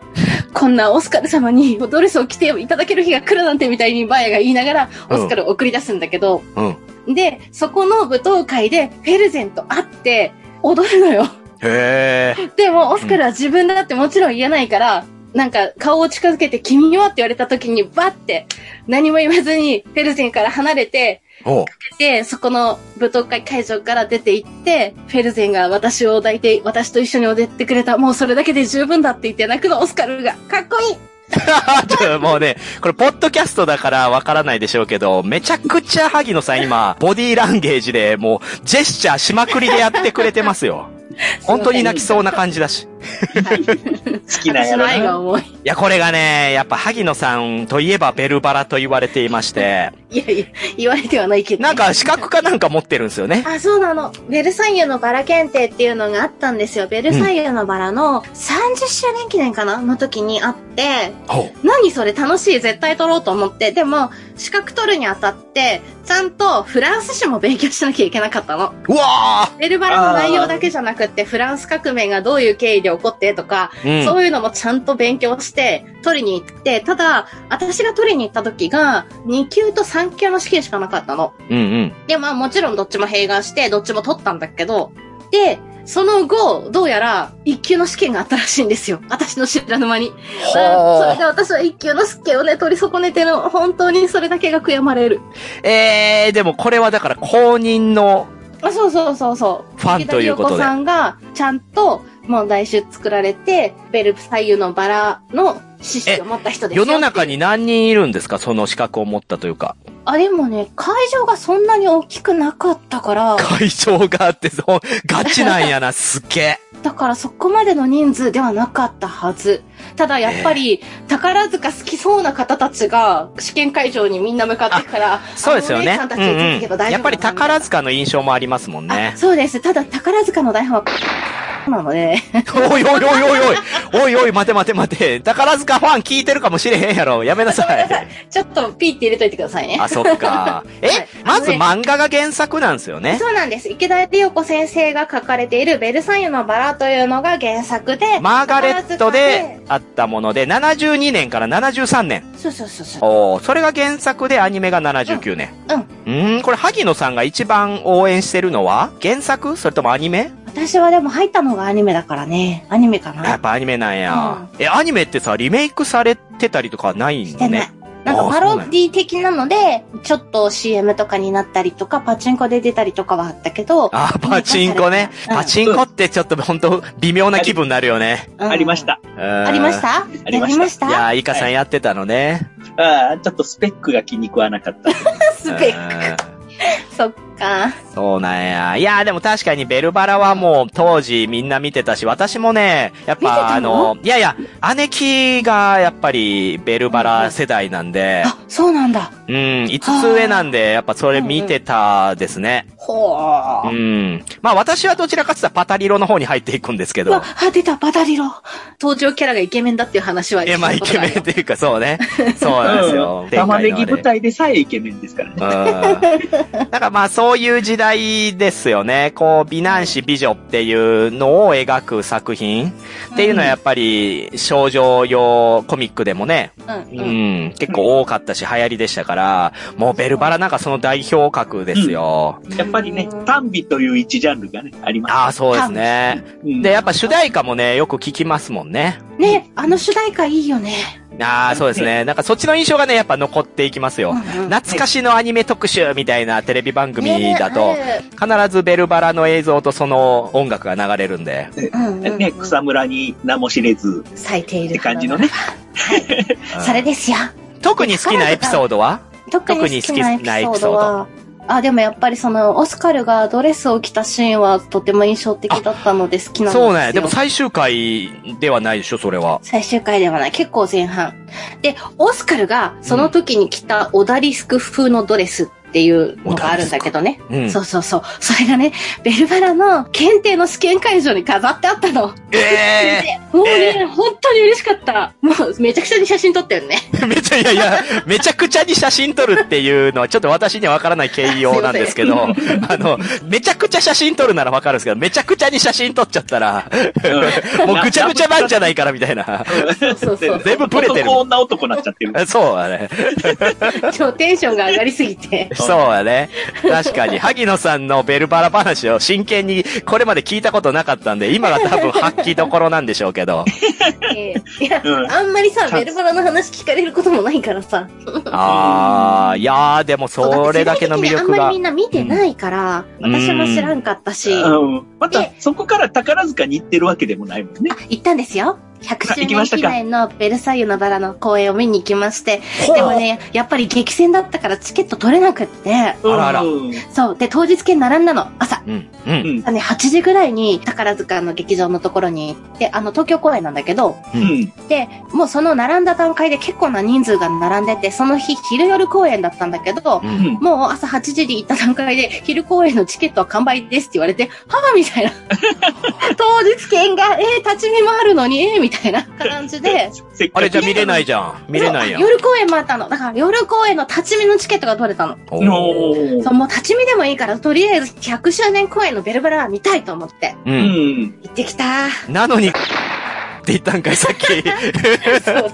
S2: こんなオスカル様にドレスを着ていただける日が来るなんてみたいにバーヤが言いながら、
S1: う
S2: オ
S1: ん
S2: スカルを送り出すんだけど、
S1: うん。
S2: で、そこの舞踏会でフェルゼンと会って踊るのよ。
S1: へー。
S2: でも、オスカルは自分だってもちろん言えないから、なんか顔を近づけて君はって言われた時にバッて何も言わずにフェルゼンから離れて、
S1: おう
S2: で、そこの舞踏会会場から出て行って、フェルゼンが私を抱いて、私と一緒に踊ってくれた、もうそれだけで十分だって言って泣くのオスカルが、かっこいい
S1: ちょもうね、これ、ポッドキャストだからわからないでしょうけど、めちゃくちゃ萩野さん今、ボディーランゲージで、もう、ジェスチャーしまくりでやってくれてますよ。本当に泣きそうな感じだし。
S3: 好きなん
S2: 私
S3: や
S2: の愛
S3: ろ
S2: が
S3: な。
S2: 重い。
S1: いや、これがね、やっぱ萩野さんといえばベルバラと言われていまして、
S2: いやいや、言われてはないけど。
S1: なんか資格かなんか持ってるんですよね。
S2: あ、そうなの。ベルサイユのバラ検定っていうのがあったんですよ。ベルサイユのバラの30周年記念かなの時にあって、
S1: ほ
S2: 何それ楽しい、絶対取ろうと思って。でも、資格取るにあたって、ちゃんとフランス史も勉強しなきゃいけなかったの。
S1: う。うわ
S2: ベルバラの内容だけじゃなくって、フランス革命がどういう経緯で起こってとか、
S1: ーう
S2: そ
S1: ん。
S2: ういうのもちゃんと勉強して、取りに行って、ただ、私が取りに行った時が、2級と3級の試験しかなかったの。
S1: うんうん。
S2: で、まあもちろんどっちも併願して、どっちも取ったんだけど、で、その後、どうやら、1級の試験があったらしいんですよ。私の知らぬ間に。それで
S1: ほ
S2: 私は1級の試験をね、取り損ねての、本当にそれだけが悔やまれる。
S1: う。えー、でもこれはだから公認の
S2: あそうそうそうそう。
S1: ファンということで。
S2: 池田理代子さんが、ちゃんと問題集作られて、ベル左右のバラの知識を持った人ですよ
S1: 世の中に何人いるんですかその資格を持ったという か。
S2: あ、でもね、会場がそんなに大きくなかったから、
S1: 会場があって、そう、ガチなんやな、 すっげえ。
S2: だからそこまでの人数ではなかったはず。ただやっぱり、宝塚好きそうな方たちが、試験会場にみんな向かってから、
S1: そうですよね。
S2: あのお姉ちゃんた
S1: う
S2: ちについていけ
S1: んう
S2: ば
S1: ん。
S2: 大丈夫
S1: やっぱり宝塚の印象もありますもんね
S2: ね。。そうです。ただ宝塚の台本は、なので、
S1: おいおいおいおいおい。おいおい、待て待て待て。宝塚ファン聞いてるかもしれへんやろ。やめなさ
S2: ごめんなさ
S1: い。
S2: ちょっとピーって入れといてくださいね。
S1: あ、そっか。え、
S2: はい
S1: まず
S2: あのね
S1: 漫画が原作なんですよね。
S2: そうなんです。池田理代子先生が書かれているベルサイユのバラというのが原作で、
S1: マーガレット
S2: 宝
S1: で
S2: 塚
S1: あったもので、72年から73年。
S2: で。そうそうそうそう。
S1: おーそれが原作でアニメが79年。
S2: うん
S1: うん。ん、これ、萩野さんが一番応援してるのは原作それともアニメ
S2: 私はでも入ったのがアニメだからね。アニメか
S1: やっ
S2: な。
S1: ぱアニメなんや。え、アニメってさ、リメイクされてたりとかない
S2: し
S1: の
S2: てない
S1: ね。。
S2: なん
S1: あー
S2: かパ
S1: そう
S2: ロ
S1: なんや
S2: ディ的なので、ちょっと CM とかになったりとか、パチンコで出たりとかはあったけど、
S1: あ、パチンコね。
S2: うん
S1: パチンコってちょっと本当微妙な気分になるよね。
S2: うん
S3: ありまし。た。
S2: あ
S1: あ
S2: りました
S3: ありまし
S2: や
S3: た
S2: りまし
S1: いや
S2: た
S1: ー、イカさんやってたのね。
S3: ああ、ちょっとスペックが気に食わなかった。
S2: スペッ
S1: ック。
S2: ク。そっか。
S1: そうなんや。いやーでも確かにベルバラはもう当時みんな見てたし、私もね、やっ
S2: 見て
S1: ぱあ
S2: たの
S1: の、いやいや、姉貴がやっぱりベルバラ世代なんで、
S2: あ、そうなんだ。
S1: うん、5つ上なんで、やっぱそれ見てたですね。
S2: ほ
S1: う
S2: ー。
S1: ん。まあ私はどちらかって言ったらパタリロの方に入っていくんですけ
S2: う
S1: ど
S2: わ、。あ、出た、バタリロ。登場キャラがイケメンだっていう話は
S1: え、まあイケメンっていうかそうね。そうなんですよ
S3: うん。玉ねぎ
S1: 展開のあれ
S3: 舞台でさえイケメンですからね。
S1: うんだからまあそういう時代ですよね。こう、美男子美女っていうのを描く作品っていうのはやっぱり少女用コミックでもね、
S2: うん
S1: う
S2: うん。
S1: ん、結構多かったし流行りでしたから、もうベルバラなんかその代表格ですよ。
S3: やっぱりね
S2: う、ん
S3: 単美という一ジャンルがね、あります。
S1: ああ、そうですね。
S3: うん
S1: で、やっぱ主題歌もね、よく聞きますもんね。
S2: ね、あの主題歌いいよね。
S1: ああ、そうですね。なんかそっちの印象がね、やっぱ残っていきますよ。懐かしのアニメ特集みたいなテレビ番組だと、必ずベルバラの映像とその音楽が流れるんで。
S3: ね、草むらに名も知れず
S2: 咲いてい
S3: って
S2: る
S3: 感じのね。
S1: うん
S2: それですよ。
S1: 特に好きなエピソードは
S2: 特に好きなエピソードは、あ、でもやっぱりその、オスカルがドレスを着たシーンはとても印象的だったので好きなんですよ。
S1: そうね。でも最終回ではないでしょ、それは。
S2: 最終回ではない。結構前半。で、オスカルがその時に着たオダリスク風のドレスっていうのがあるんだけどね。
S1: うん。
S2: そうそうそう。それがね、ベルバラの検定の試験会場に飾ってあったの。
S1: え
S2: もうね、本当に嬉しかった。もうめちゃくちゃに写真撮っ たよね。
S1: ー、めちゃ、いやいや、めちゃくちゃに写真撮るっていうのは、ちょっと私にはわからない形容なんですけ ど、あの、めちゃくちゃ写真撮るならわかるんですけど、めちゃくちゃに写真撮っちゃった ら、もうぐちゃぐちゃなんじゃないからみたい な。
S2: そうそうそう。
S1: 全部ブレてる
S3: 男女男になっちゃってる。
S1: そうだね。
S2: 今日テンションが上がりすぎて。
S1: そうだね。確かに、萩野さんのベルバラ話を真剣にこれまで聞いたことなかったんで、今が多分発揮どころなんでしょうけ ど。
S2: えーいや、
S3: うん
S2: あんまりさ、
S3: チャン
S2: ベ
S3: ス
S2: ルバラの話聞かれることもないからさ。
S1: あー、いやー、でもそれだけの魅力
S2: あんま
S1: が
S2: りみ。んな見てないから、
S1: うん
S2: 私も知らんかったし、あ
S3: うんまた、そこから宝塚に行ってるわけでもないもんね。
S2: 行ったんですよ。100
S3: あ行
S2: 周
S3: きま
S2: 年
S3: したか
S2: 記念のベルサイユのバラの公演を見に行きまして、
S1: ほう
S2: でもね、やっぱり激戦だったからチケット取れなくって、
S1: あらあら
S3: うん
S2: そう。で、当日券並んだの、朝。
S1: うん、うん。
S2: 朝ね、8時ぐらいに宝塚の劇場のところに行って、あの、東京公演なんだけど、
S3: うん。
S2: で、もうその並んだ段階で結構な人数が並んでて、その日昼夜公演だったんだけど、
S1: うん
S2: もう朝8時に行った段階で、昼公演のチケットは完売ですって言われて、はぁ みたいな。当日券が、えー、立ち見もあるのに、えー、みたいな感じで。
S3: せっ
S1: あ
S3: か
S1: れじゃ
S3: く。
S1: 見れないじゃん。見れないやん
S2: そうあ。夜公演もあったの。だから夜公演の立ち見のチケットが取れたの。
S1: おー
S3: お
S2: そ
S3: ー
S2: う、もう立ち見でもいいから、とりあえず100周年公演のベルバラは見たいと思って。
S1: う。
S3: うんん。
S2: 行ってき た
S1: なのに、って言ったんかい、さっ き。
S2: そう。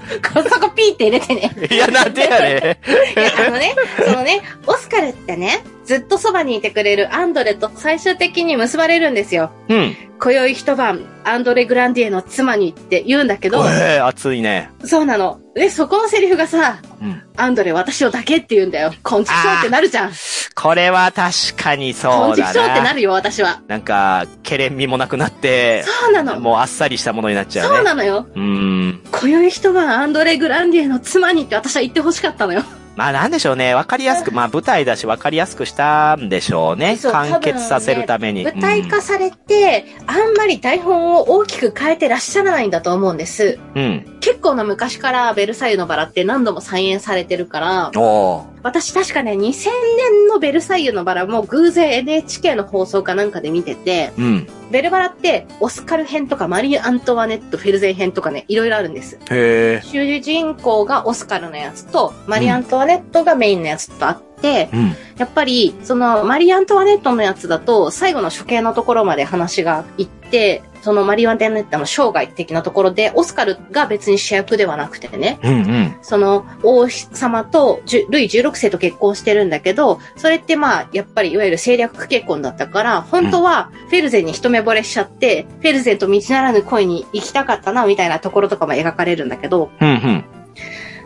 S2: そこピーって入れてね。
S1: いや、なんでやね。
S2: いやあのね、そのね、オスカルってね、ずっとそばにいてくれるアンドレと最終的に結ばれるんですよ。
S1: うん。
S2: 今宵一晩、アンドレ・グランディエの妻にって言うんだけど、
S1: えー、熱いね。
S2: そうなの。で、そこのセリフがさ、
S1: うん。
S2: アンドレ私をだけって言うんだよ。こんちくしょうってなるじゃん。
S1: これは確かに
S2: こ
S1: そ
S2: ん
S1: う
S2: ちく
S1: だ
S2: しょうってな
S1: な。
S2: るよ、私は。
S1: なんか、ケレン味もなくなって、
S2: そうなの。
S1: もうあっさりしたものになっちゃうね。
S2: そうなのよ。
S1: うーん。
S2: 今宵一晩、アンドレ・グランディエの妻にって私は言ってほしかったのよ。
S1: まあなんでしょうね。わかりやすく、まあ舞台だしわかりやすくしたんでしょうね。
S2: そう
S1: 完結させるために。
S2: 舞台化されて、あんまり台本を大きく変えてらっしゃらないんだと思うんです。
S1: うん。うん。
S2: 結構な昔からベルサイユのバラって何度も再演されてるから、
S1: おー
S2: 私確かね、2000年のベルサイユのバラも偶然 NHK の放送かなんかで見てて、
S1: うん。
S2: ベルバラってオスカル編とかマリー・アントワネット・フェルゼン編とかね、いろいろあるんです。
S1: へえ。
S2: 主人公がオスカルのやつと、マリー・アントワネットがメインのやつとあって、
S1: うん。
S2: やっぱり、その、マリー・アントワネットのやつだと、最後の処刑のところまで話がいって、そのマリー・アントワネットの生涯的なところで、オスカルが別に主役ではなくてね、
S1: うんうん。
S2: その王様とじゅルイ16世と結婚してるんだけど、それってまあ、やっぱりいわゆる政略結婚だったから、本当はフェルゼンに一目惚れしちゃって、フェルゼンと道ならぬ恋に行きたかったな、みたいなところとかも描かれるんだけど、
S1: うんうん。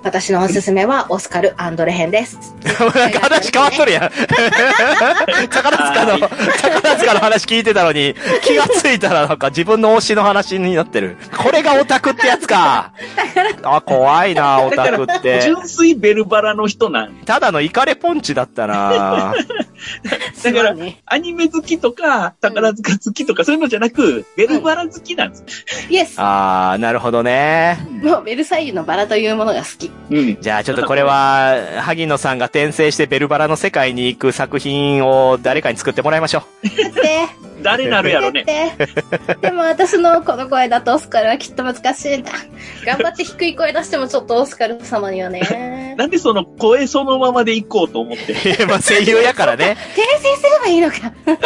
S2: 私のおすすめはオスカル・アンドレ編です。
S1: なんか話変わっとるやん。宝塚の、宝塚の話聞いてたのに、気がついたらなんか自分の推しの話になってる。これがオタクってやつか。あ、怖いな、オタクって。
S3: 純粋ベルバラの人なん。
S1: ただのイカレポンチだったな。
S3: だか
S2: まあ
S3: ら、
S2: ね、
S3: アニメ好きとか、宝塚好きとか、そういうのじゃなく、ベルバラ好きなんです。
S2: イエス
S1: あー、なるほどね。
S2: もうベルサイユのバラというものが好き。
S3: うん。
S1: じゃあちょっとこれは、萩野さんが転生してベルバラの世界に行く作品を誰かに作ってもらいましょう。
S2: やって
S3: 誰なるやろ
S2: や
S3: ね
S2: っ。て。でも私のこの声だとオスカルはきっと難しいんだ。頑張って低い声出してもちょっとオスカル様にはね。
S3: なんでその声そのままで行こうと 思って。
S1: いやまあ声優やからね。
S2: 訂正すればいいのか。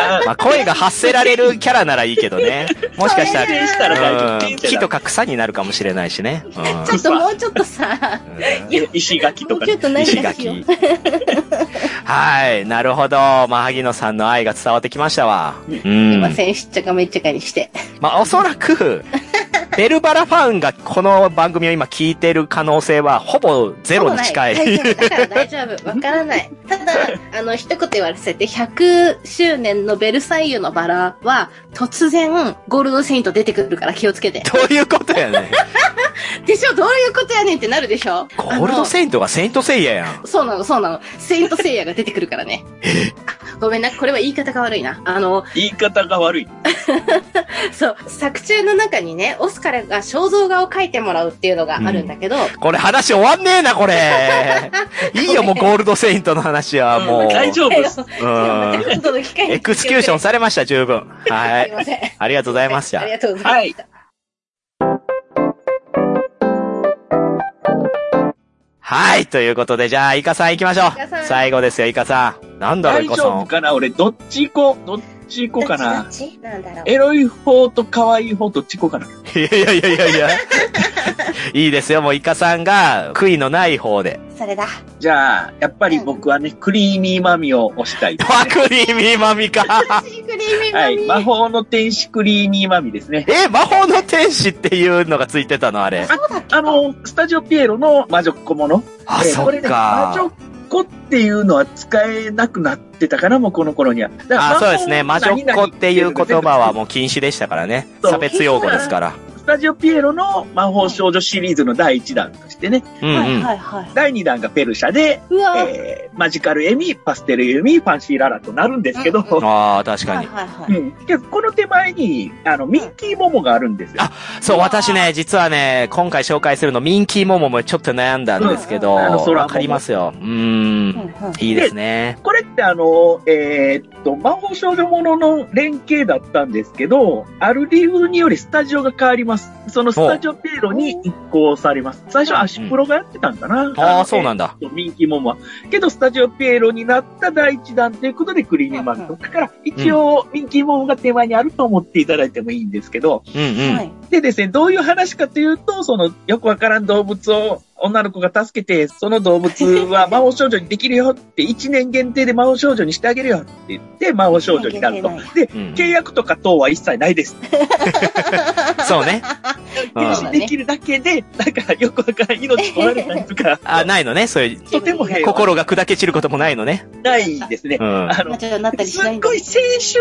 S3: あ
S1: まあ声が発せられるキャラならいいけどね。もしかしたら
S3: 転生したら大丈
S1: うん
S3: 夫。
S1: 木とか草になるかもしれないしね。うん
S2: ちょっともうちょっとさ、
S1: うん
S3: 石垣
S2: も
S3: と
S2: う
S3: か
S2: ちょ
S3: ね
S2: っ。と何
S1: 石
S2: かしよう
S1: 垣。はい、なるほど。まあ、萩野さんの愛が伝わってきましたわ。う
S2: すい
S1: ん。
S2: ません、しっちゃかめっちゃかにして。
S1: まあ、おそらく、ベルバラファンがこの番組を今聞いてる可能性はほぼゼロに近い。
S2: ほぼな大丈夫だから大丈夫。わからない。ただ、あの、一言言わせて、100周年のベルサイユのバラは、突然、ゴールドセイント出てくるから気をつけて。
S1: どういうことやねん。
S2: でしょどういうことやねんってなるでしょ
S1: ゴールドセイントがセイントセイヤやん
S2: あ。のそうなの、そうなの。セイントセイヤが出てくるからね。あごめんな、これは言い方が悪いな。あの、
S3: 言い方が悪い。
S2: そう、作中の中にね、オスカルが肖像画を描いてもらうっていうのがあるんだけど、
S1: これ話終わんねえな、これ。いいよ、もうゴールドセイントの話はもう。
S3: 大 丈夫です。
S1: うん
S2: また今度の機会に
S1: エクスキューションされました、十分。は
S2: すい
S1: い。
S2: ません。
S1: ありがとうございました
S2: あり。がとうございました。
S1: はい、ということで、じゃあ、イカさん行きましょう
S2: イカさん。
S1: 最後ですよ、イカさん。なんだろう、
S3: 大
S1: イカ
S3: 丈
S1: さ
S3: 夫
S1: ん。
S3: かな俺、どっち行こうどっち行こうか
S2: ど
S3: な
S2: っちなんだろう。
S3: エロい方と可愛い方どっち行こうかな
S1: いやいやいやいやいや。いいですよ、もうイカさんが、悔いのない方で。
S2: それだ。
S3: じゃあ、やっぱり僕はね、クリーミーマミを推したいです
S1: パ
S3: ね、
S1: クリーミーマミ か。
S2: シークリーミー
S3: はい。
S2: マ
S3: 魔
S2: ミ
S3: 法の天使クリーミーマミですね。
S1: え、魔法の天使っていうのがついてたの、あれ。
S2: そうだっけ
S3: あの、スタジオピエロの魔女っ子もの。
S1: あ、
S3: えー
S1: そ
S3: こ
S1: っ
S3: れね魔女
S1: か
S3: っ。子っていうのは使えなくなってたかな、もうこの頃には。だから
S1: あ、そうですね。魔
S3: 魔法
S1: 女
S3: の
S1: っ子っていう言葉は
S3: 何々
S1: もう禁止でしたからね。
S3: そう
S1: 差別用語ですから。
S3: 全部スタジオピエロの魔法少女シリーズの第1弾としてね、
S1: うん
S2: は
S1: う
S2: い
S1: ん。
S2: はいはい。
S3: 第2弾がペルシャで、
S2: うわぁ。
S3: えーマジカルエミ、パステルエミ、ファンシーララとなるんですけど、
S2: うんうん
S1: ああ、確か
S2: は
S1: に
S2: い。はいは
S3: う
S2: い。
S3: ん。けど、この手前に、あの、ミッキーモモがあるんですよ。
S1: そう、私ね、実はね、今回紹介するの、ミンキーモモもちょっと悩んだんですけど、
S3: うんあの空
S1: わかりますよ。うー
S2: う
S1: ん。
S2: んうん
S1: いいですね。
S3: これってあの、えーっと、魔法少女ものの連携だったんですけど、ある理由によりスタジオが変わります。そのスタジオピエロに移行されます。最初アシプロがやってたんかな。
S1: ああ、そうなんんだ。
S3: ミンキーモモは。けど、スタジオピエロになった第一弾ということで、クリーミーマンと。だから、一応、ミンキーモモが手前にあると思っていただいてもいいんですけど、
S1: うんうん。
S2: はい
S3: でですね、どういう話かというと、その、よくわからん動物を女の子が助けて、その動物は 魔法少女にできるよって、1年限定で魔法少女にしてあげるよって言って、魔法少女になると
S2: 一年。
S3: で、
S1: うん
S3: 契約とか等は一切ないです。
S1: そう ね。う
S3: 停
S1: ん、
S3: 止できるだけで、なんかよくわからん命取られたりとか
S1: あ、ないのね、そういう、
S3: とても平和
S1: 心が砕け散ることもないのね。
S3: ないですね
S1: う。ん。
S3: あ
S2: まあ
S3: の、
S2: ちょっとなったりし
S3: す
S2: な
S3: っ
S2: いんだ
S3: ごい青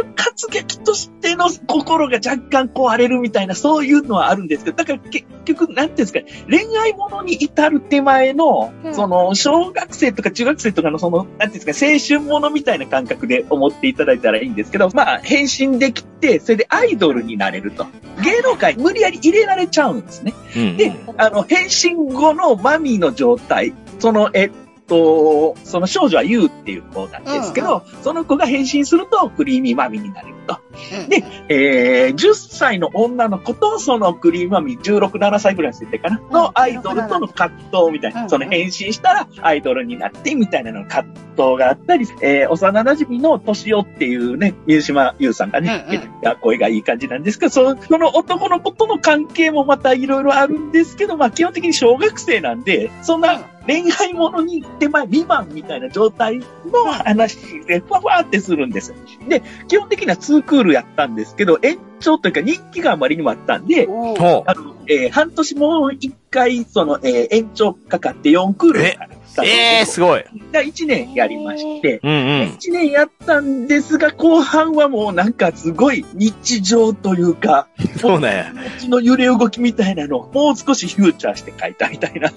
S3: 春活劇としての心が若干壊れるみたいな、そういうのはあるんですけど、だから結局、なんていうんですかね、恋愛ものに至る手前の、
S2: うん
S3: その、小学生とか中学生とかのその、なんていうんですか、青春ものみたいな感覚で思っていただいたらいいんですけど、まあ、変身できて、それでアイドルになれると。芸能界、無理やり入れられちゃうんですね。
S1: うん
S3: で、あの、変身後のマミーの状態、その、えっと、その少女はユウっていう子なんですけど、その子が変身するとクリーミーマミーになれると。
S2: うん
S3: でえー、10歳の女の子とそのクリーミーマミー、16、7歳ぐらいの設定かな、
S2: うん
S3: のアイドルとの葛藤みたい
S2: うんう
S3: な、
S2: ん
S3: その変身したらアイドルになってみたいなの葛藤があったり、えー、幼馴染のトシオっていうね、三島優さんがね、
S2: うんうん
S3: が声がいい感じなんですけど、そその男の子との関係もまたいろいろあるんですけど、まあ基本的に小学生なんで、そん
S2: うん
S3: な恋愛ものに手前未満みたいな状態の話で、ふわふわってするんですよ。で、基本的にはツークールやったんですけど、延長というか人気があまりにもあったんで、
S2: おー
S1: ほう。
S3: あの、えー半年もう一回、その、えー延長かかって4クールやったんですよ
S1: ええー、すごい。
S3: だから1年やりまして、
S1: うんうん。
S3: 1年やったんですが、後半はもうなんかすごい日常というか、
S1: そうね。
S3: うちの揺れ動きみたいなのをもう少しフューチャーして書いたみたいな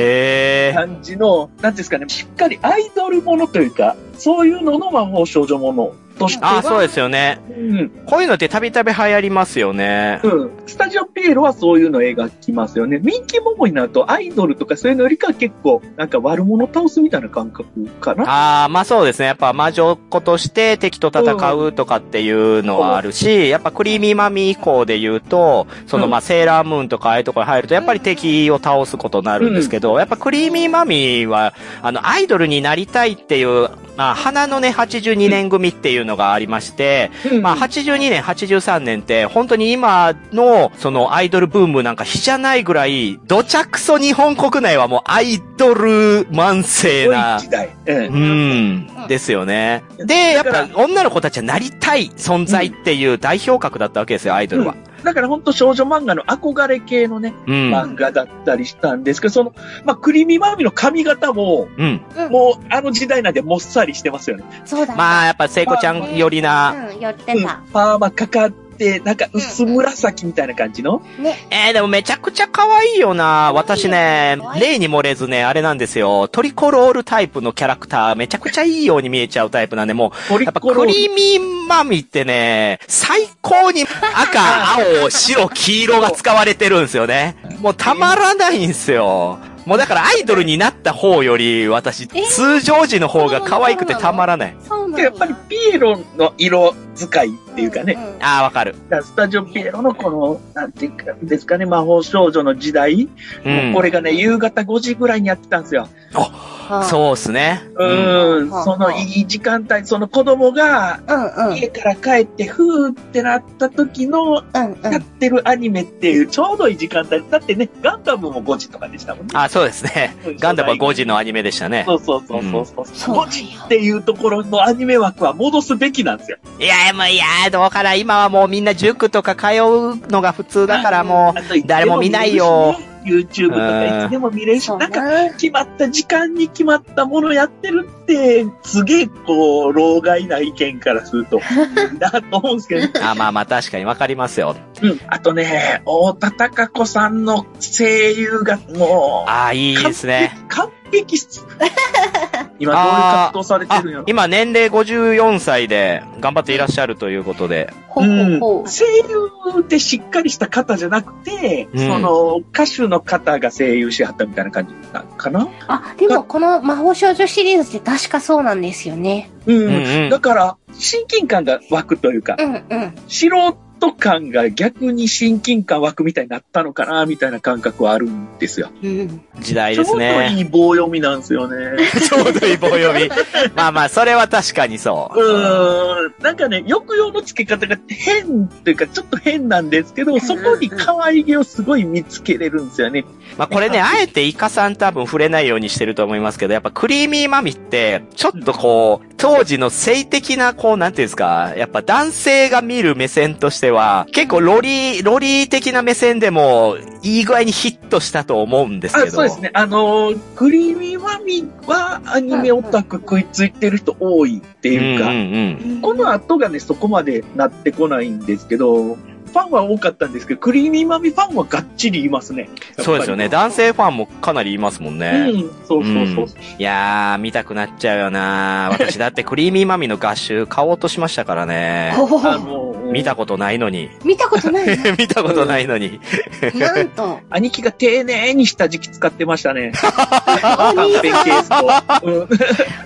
S1: ええ
S3: 感じの、なんていうんですかね、しっかりアイドルものというか、そういうのの魔法少女ものとしては、
S1: あ、そうですよね。
S3: うん、
S1: こういうのってたびたび流行りますよね。
S3: うん。スタジオピエロはそういうのを描きますよね。ミンキーモモになるとアイドルとかそういうのよりかは結構、なんか悪者倒すみたいな感覚かな。
S1: ああ、まあそうですね。やっぱ魔女っ子として敵と戦うとかっていうのはあるし、やっぱクリーミーマミ以降で言うと、その
S3: うん
S1: まあセーラームーンとかああいうところに入ると、やっぱり敵を倒すことになるんですけど、やっぱクリーミーマミは、あの、アイドルになりたいっていう、まあ、花のね、82年組っていうのがありまして、まあ、82年、83年って、本当に今の、そのアイドルブームなんか比じゃないぐらい、どちゃくそ日本国内はもうアイドル慢性
S3: すごい
S1: な、
S3: 時代。うん
S1: うん。ですよね。で、やっ
S3: だから
S1: ぱ、女の子たちはなりたい存在っていう代表格だったわけですよ、アイドルは。
S3: だから本当少女漫画の憧れ系のね、
S1: うん。
S3: 漫画だったりしたんですけど、その、まあ、クリミマミの髪型も、
S1: うん。
S3: もう、あの時代なんでもっさりしてますよね。
S4: そうだね。
S1: まあ、やっぱ、聖子ちゃん寄りな。
S4: うん、寄ってた。
S3: パーマかかって、なんか薄紫みたいな感じの。
S4: ね。
S1: えー、でもめちゃくちゃ可愛いよな。私ね、例に漏れずね、あれなんですよ。トリコロールタイプのキャラクター、めちゃくちゃいいように見えちゃうタイプなんで、もう、
S3: ポリ
S1: やっぱ
S3: コロ
S1: ク
S3: ール
S1: リーミーマミってね、最高に赤、青、白、黄色が使われてるんですよね。もうたまらないんですよ。もうだからアイドルになった方より私、
S4: え
S1: 通常時の方が可愛くてたまらない。
S4: そうなん
S3: やっぱりピエロの色使いっていうかね、
S4: んん
S1: ああ、わかる。
S3: だからスタジオピエロのこの、なんていうんですかね、魔法少女の時代、
S1: うん。
S3: これがね、夕方5時ぐらいにやってたんですよ。
S4: はあ
S1: そうっすね。
S3: う
S1: うん。
S3: ーん、
S4: はあ
S3: そのいい時間帯、その子供が
S4: うんうん。
S3: 家から帰って、ふーってなった時
S4: うん
S3: の
S4: う
S3: やっ
S4: ん。
S3: てるアニメっていう、ちょうどいい時間帯。だってね、ガンダムも5時とかでしたもんね。
S1: あ、そうですね。ガンダムは5時のアニメでしたね
S3: そ。うそうそうそうそう。
S4: そうなん
S3: 5
S4: や
S3: 時っていうところのアニメ枠は戻すべきなんですよ。
S1: いや、もう、いや、どうかな。今はもうみんな塾とか通うのが普通だからも
S3: あといつで
S1: 誰も見ないよ
S3: 見れるしね YouTube とかいつでも見れるし、
S4: そう
S3: な
S4: なん
S3: か、決まった時間に決まったものやってるって、すげえ、こう、老害な意見からすると、いいなと思うんですけど、
S1: う、あ、まあまあ確かにわかりますよ。
S3: うん。あとね、大田孝子さんの声優が、もう、
S1: ああ、いいですね。
S3: 完璧っす。今どういう活動されて
S1: あ
S3: るんやろ、
S1: 今年齢54歳で頑張っていらっしゃるということで。
S4: ほうほうほう。
S3: 声優ってしっかりした方じゃなくて、
S1: うん
S3: その歌手の方が声優しはったみたいな感じなんかな
S4: あ、でもこの魔法少女シリーズって確かそうなんですよね。
S3: うん。
S1: うんうん
S3: だから、親近感が湧くというか
S4: う、んうん。
S3: 素人感が逆に親近感湧くみたいになったのかなみたいな感覚はあるんですよ。
S4: うん。
S1: 時代です
S3: ちょうど
S1: ね。
S3: いい棒読みなんですよね。
S1: ちょうどいい棒読み。まあまあ、それは確かにそう。
S3: うーん。なんかね、抑揚の付け方が変というか、ちょっと変なんですけど、そこに可愛げをすごい見つけれるんですよね。
S1: まあこれね、あえてイカさん多分触れないようにしてると思いますけど、やっぱクリーミーマミって、ちょっとこう、当時の性的な、こう、なんていうんですか、やっぱ男性が見る目線としては、結構ロリー、ロリー的な目線でも、いい具合にヒットしたと思うんですけど。
S3: あそうですね。あのー、クリーミーマミはアニメオタク食いついてる人多いって
S1: うん
S3: いう
S1: うん
S3: か、
S1: うん。
S3: この後がね、そこまでなってこないんですけど、ファンは多かったんですけど、クリーミーマミファンはがっちりいますね。
S1: そうですよね。
S3: だ
S1: 男性ファンもかなりいますもん
S3: う
S1: ね。
S3: ん、そうそうそう。
S1: いやー、見たくなっちゃうよな私だってクリーミーマミの合集買おうとしましたからね。
S4: ほうほうほ
S3: あ
S4: う
S3: のー
S1: 見たことないのに。
S4: 見たことないな。
S1: 見たことないのに。
S4: なんと。
S3: 兄貴が丁寧に下敷き使ってまし たね。
S4: お
S3: 完
S4: 兄
S3: 璧ケースを。うん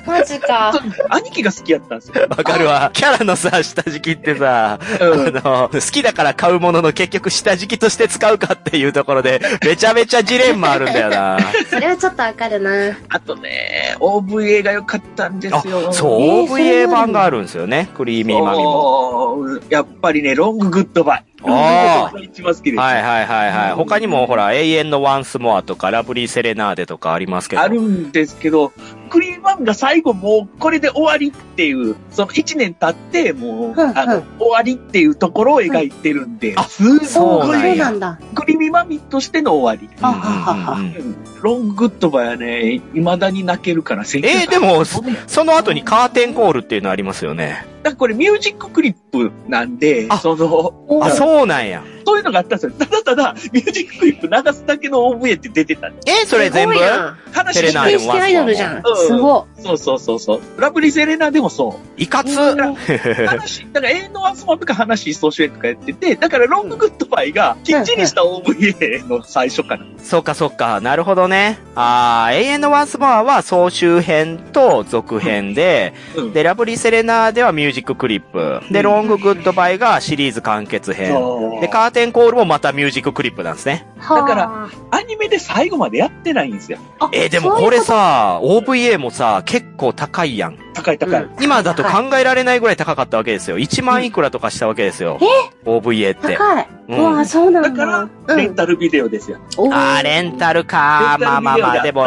S2: マジか。
S3: 兄貴が好きやったんですよ。
S1: わかるわ。キャラのさ、下敷きってさ、
S3: うん
S1: あの、好きだから買うものの結局下敷きとして使うかっていうところで、めちゃめちゃジレンマあるんだよな
S4: それはちょっとわかるな。
S3: あとね、OVA が良かったんですよ。
S1: あ、そう、
S4: えーそれな
S1: OVA
S4: の
S1: 版があるんですよね。クリーミーマミも。
S3: も。やっぱりね、ロンググッドバイ。ロンググ
S1: あー
S3: ッドバイ一番好きです。
S1: はいはいはいはい。他にもほら、永遠のワンスモアとか、ラブリーセレナーデとかありますけど。
S3: あるんですけど、クリーンマンが最後もうこれで終わりっていう、その1年経ってもう、
S4: うんうん
S3: あの、終わりっていうところを描いてるんで、
S1: あ
S3: す
S1: そう
S3: ご
S1: なんや
S4: そう
S3: い
S4: なんだ。
S3: クリーミマミとしての終わり。
S4: あ
S1: うんうんうん
S3: うんロンググッドバイはね、未だに泣けるから、
S1: え
S3: え
S1: ーでも
S3: だか
S1: その後にカーテンコールっていうのありますよね。
S3: らこれミュージッククリップなんで
S1: あ、
S3: その、
S4: お
S1: あ、そうなんや。
S3: そういうのがあったんですよ。ただただ、ミュージッククリップ流すだけの OVA って出てたんです。
S1: えーそれ全部
S4: すごいな
S3: 話
S1: テレ
S3: し
S1: ナ
S3: な
S1: ー
S3: い
S1: で
S4: テ
S1: も
S4: ステアイドルじゃん
S3: うん。
S4: すご
S3: そうそうそうそう。ラブリーセレナでもそう。
S1: いかつ。
S4: うん
S3: 話、だから永遠のワンスマンとか話、総集編とかやってて、だからロンググッドバイがきっちりした OVA の最初かな。
S1: そうかそうか。なるほどね。あー、永遠のワンスモアは総集編と続編で、
S3: うん
S1: で、ラブリーセレナーではミュージッククリップ。で、
S3: うん
S1: ロンググッドバイがシリーズ完結編。
S3: そう
S1: で、カーテンコールもまたミュージッククリップなんですね。
S4: い。はあ
S3: だから、アニメで最後までやってないんですよ。
S4: あ
S1: えーでも
S4: そういう
S1: これさ、OVA もさ、結構高いやん。
S3: 高い高い。
S4: うん
S1: 今だと考えられないぐらい高かったわけですよ。1万いくらとかしたわけですよ。 OVA って。
S2: 高い。
S1: う
S2: うんわ、そうな
S3: だ
S2: ん
S3: か
S2: だ
S3: ら。、レンタルビデオですよ。
S2: おー
S1: あー、レンタルか。まあまあまあ、でも、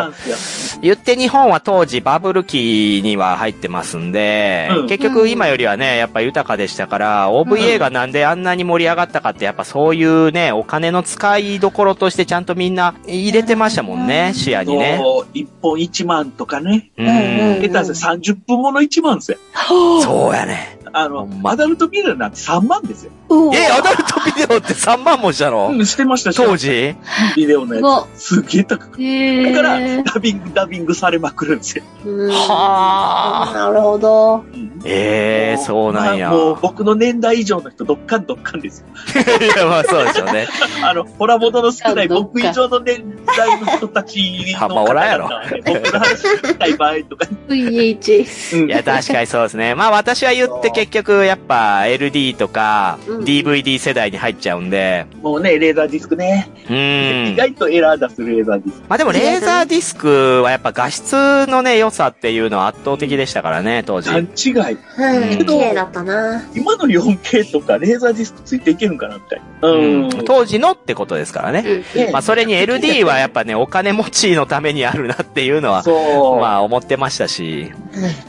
S1: 言って日本は当時バブル期には入ってますんで、
S3: うん
S1: 結局今よりはね、やっぱ豊かでしたから、OVA がなんであんなに盛り上がったかって、やっぱそういうね、お金の使いどころとしてちゃんとみんな入れてましたもんね、視野にね。
S3: もう、1本1万とかね。
S1: う
S2: うん
S1: ん。
S3: 下手すると30分もの1万ですよ。
S1: そうやね。
S3: あ
S1: ほ
S3: の
S1: ん、ま
S3: アダルトビデオなんて3万ですよ。
S2: うわ
S1: え、アダルトビデオって3万もしたの
S3: うん、してましたし、
S1: 当時
S3: ビデオの
S2: す
S3: や
S2: ご
S3: つ。すげえ高く。
S2: い。へ
S3: だ
S2: ー
S3: から、ダビング、ダビングされまくるんですよ。
S2: うん
S1: はあ。
S2: なるほど。
S3: うん
S1: ええー、そうなんや。
S3: まあもう僕の年代以上の人、どっかんどっかんですよ。
S1: いや、まあそうでしょうね。
S3: あの、ホラボドの少ない
S2: どっかん
S3: 僕以上の年代の人たちの
S1: あんまおらんやろ
S3: 方々はね僕の話聞きたい場合とか。
S2: VH。
S3: うん
S1: いや、確かにそうですね。まあ私は言って結局、やっぱ LD とか
S2: うん
S1: DVD 世代に入っちゃうんで、
S3: もうね、レーザーディスクね。
S1: う
S3: 意
S1: ん。
S3: 外とエラー出すレーザーディスク。
S1: まあでもレーザーディスクはやっぱ画質のね、良さっていうのは圧倒的でしたからね、当時。
S3: 段違い。
S4: うん
S1: うん
S4: 綺麗だったな。
S3: 今の 4K とかレーザーディスクついていけるんかなみたいな。
S1: うん
S3: と
S1: 当時のってことですからね。
S3: ね
S1: まあそれに LD はやっぱね、お金持ちのためにあるなっていうのは、
S3: そう。
S1: まあ思ってましたし。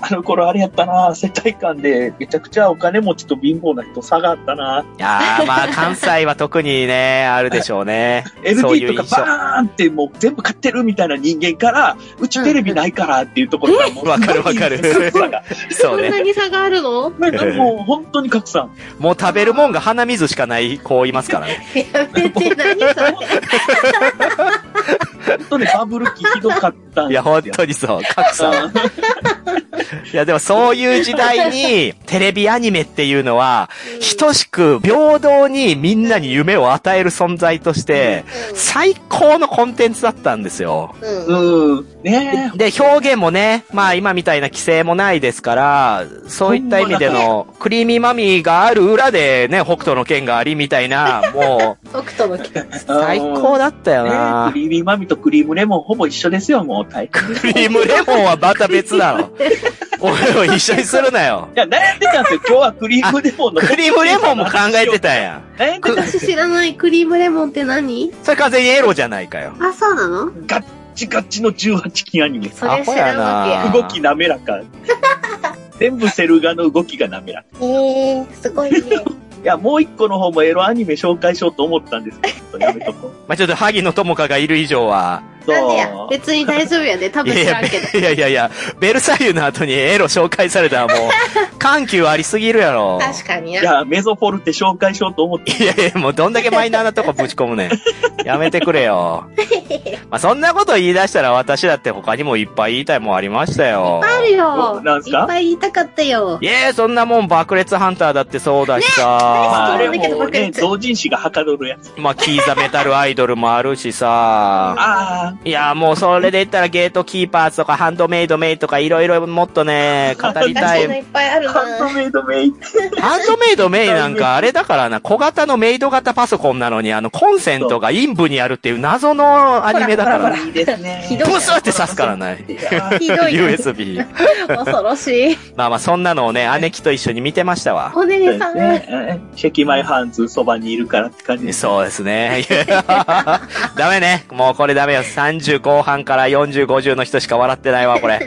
S3: あの頃あれやったな、世界観でめちゃくちゃお金持ちと貧乏な人差があったな。
S1: いやーま あ関西は特にね、あるでしょうね。そういう
S3: LD と
S1: 印
S3: か
S1: 象。
S3: バーンってもう全部買ってるみたいな人間から、うちテレビないからっていうところからもう
S1: わかるわかる
S3: 格差が
S1: そうね。
S4: に差がある の
S3: なんかもう本当に格差。
S1: もう食べるもんが鼻水しかない子いますからね。
S4: やめて、何それ。
S3: 本当にバブル期ひどかったん
S1: い
S3: ですよ
S1: や、本当にそう。格差。
S3: うん
S1: いや、でもそういう時代に、 テレビアニメっていうのは、等しく平等にみんなに夢を与える存在として、最高のコンテンツだったんですよ。
S4: うん。
S3: うん。ねえ。
S1: で、表現もね、まあ今みたいな規制もないですから、そういった意味での、クリーミーマミーがある裏でね、北斗の剣がありみたいな、も う、
S2: 北斗の拳。
S1: 最高だったよ
S3: ねえ
S1: な
S3: ク。リーミーマミとクリームレモンほぼ一緒ですよ、もう。大体
S1: クリームレモンはまた別だ ろ。俺を一緒にするなよ。
S3: いや、悩んでたんですよ。今日はクリームレモンの。
S1: クリームレモンも考えてたやん。
S3: 悩んでたんです
S4: 私
S3: よ。
S4: 知らないクリームレモンって何
S1: それ完全にエロじゃないかよ。
S4: あ、そうなの
S3: ガッチガチの18禁アニメ。
S4: それ知らん
S1: ア
S4: わ
S1: ホやな
S3: 動き滑らか。全部セルガの動きが滑らか。
S4: けや。へえ、すごいね。
S3: いや、もう一個の方もエロアニメ紹介しようと思ったんですけど、ちょっとやめとこう。
S1: まあ、ちょっと萩野友香がいる以上は、
S4: なんで
S3: そ
S4: や。
S3: う
S4: 別に大丈夫やで。多
S1: い
S4: 分
S1: やい
S4: 知ら
S1: や、
S4: んけど。
S1: いやいやいや、ベルサイユの後にエロ紹介されたらもう、 緩急ありすぎるやろ。
S4: 確かに
S3: い
S4: な。
S3: や、メゾフォルテ紹介しようと思って。
S1: いやいや、もうどんだけマイナーなとこぶち込むねん。やめてくれ よ。まあ、そんなこと言い出したら私だって他にもいっぱい言いたいもんありましたよ。
S4: あるよ。
S3: なんすか
S4: いっぱい言いたかったよ。
S1: いやそんなもん爆裂ハンターだってそうだし
S3: まあ、
S1: さ、
S3: あ
S4: ね
S3: れもね、同人誌がはかどるやつ。
S1: まあ、キーザメタルアイドルもあるしさ、
S3: あ
S1: いや、もうそれで言ったらゲートキーパーズとかハンドメイドメイとかいろいろもっと ね、語りた
S4: 確かに
S1: い。
S4: いっぱいある
S3: あ、
S4: な。
S3: ハンドメイドメイク。
S1: ハンドメイドメイなんかあれだからな、小型のメイド型パソコンなのにあのコンセントが陰部にあるっていう謎のアニメだからな。
S3: いいですね。
S4: ひどい
S1: ブスって刺すからない。
S3: いやー
S4: ひどいな。
S1: USB。
S2: 恐ろしい。
S1: まあまあそんなのをね、姉貴と一緒に見てましたわ。
S4: お姉さん。
S3: ねえーシェキマイハンズそばにいるからって感じです。
S1: そうですね。い やダメね。もうこれダメよ。30後半から40、50の人しか笑ってないわ、これ。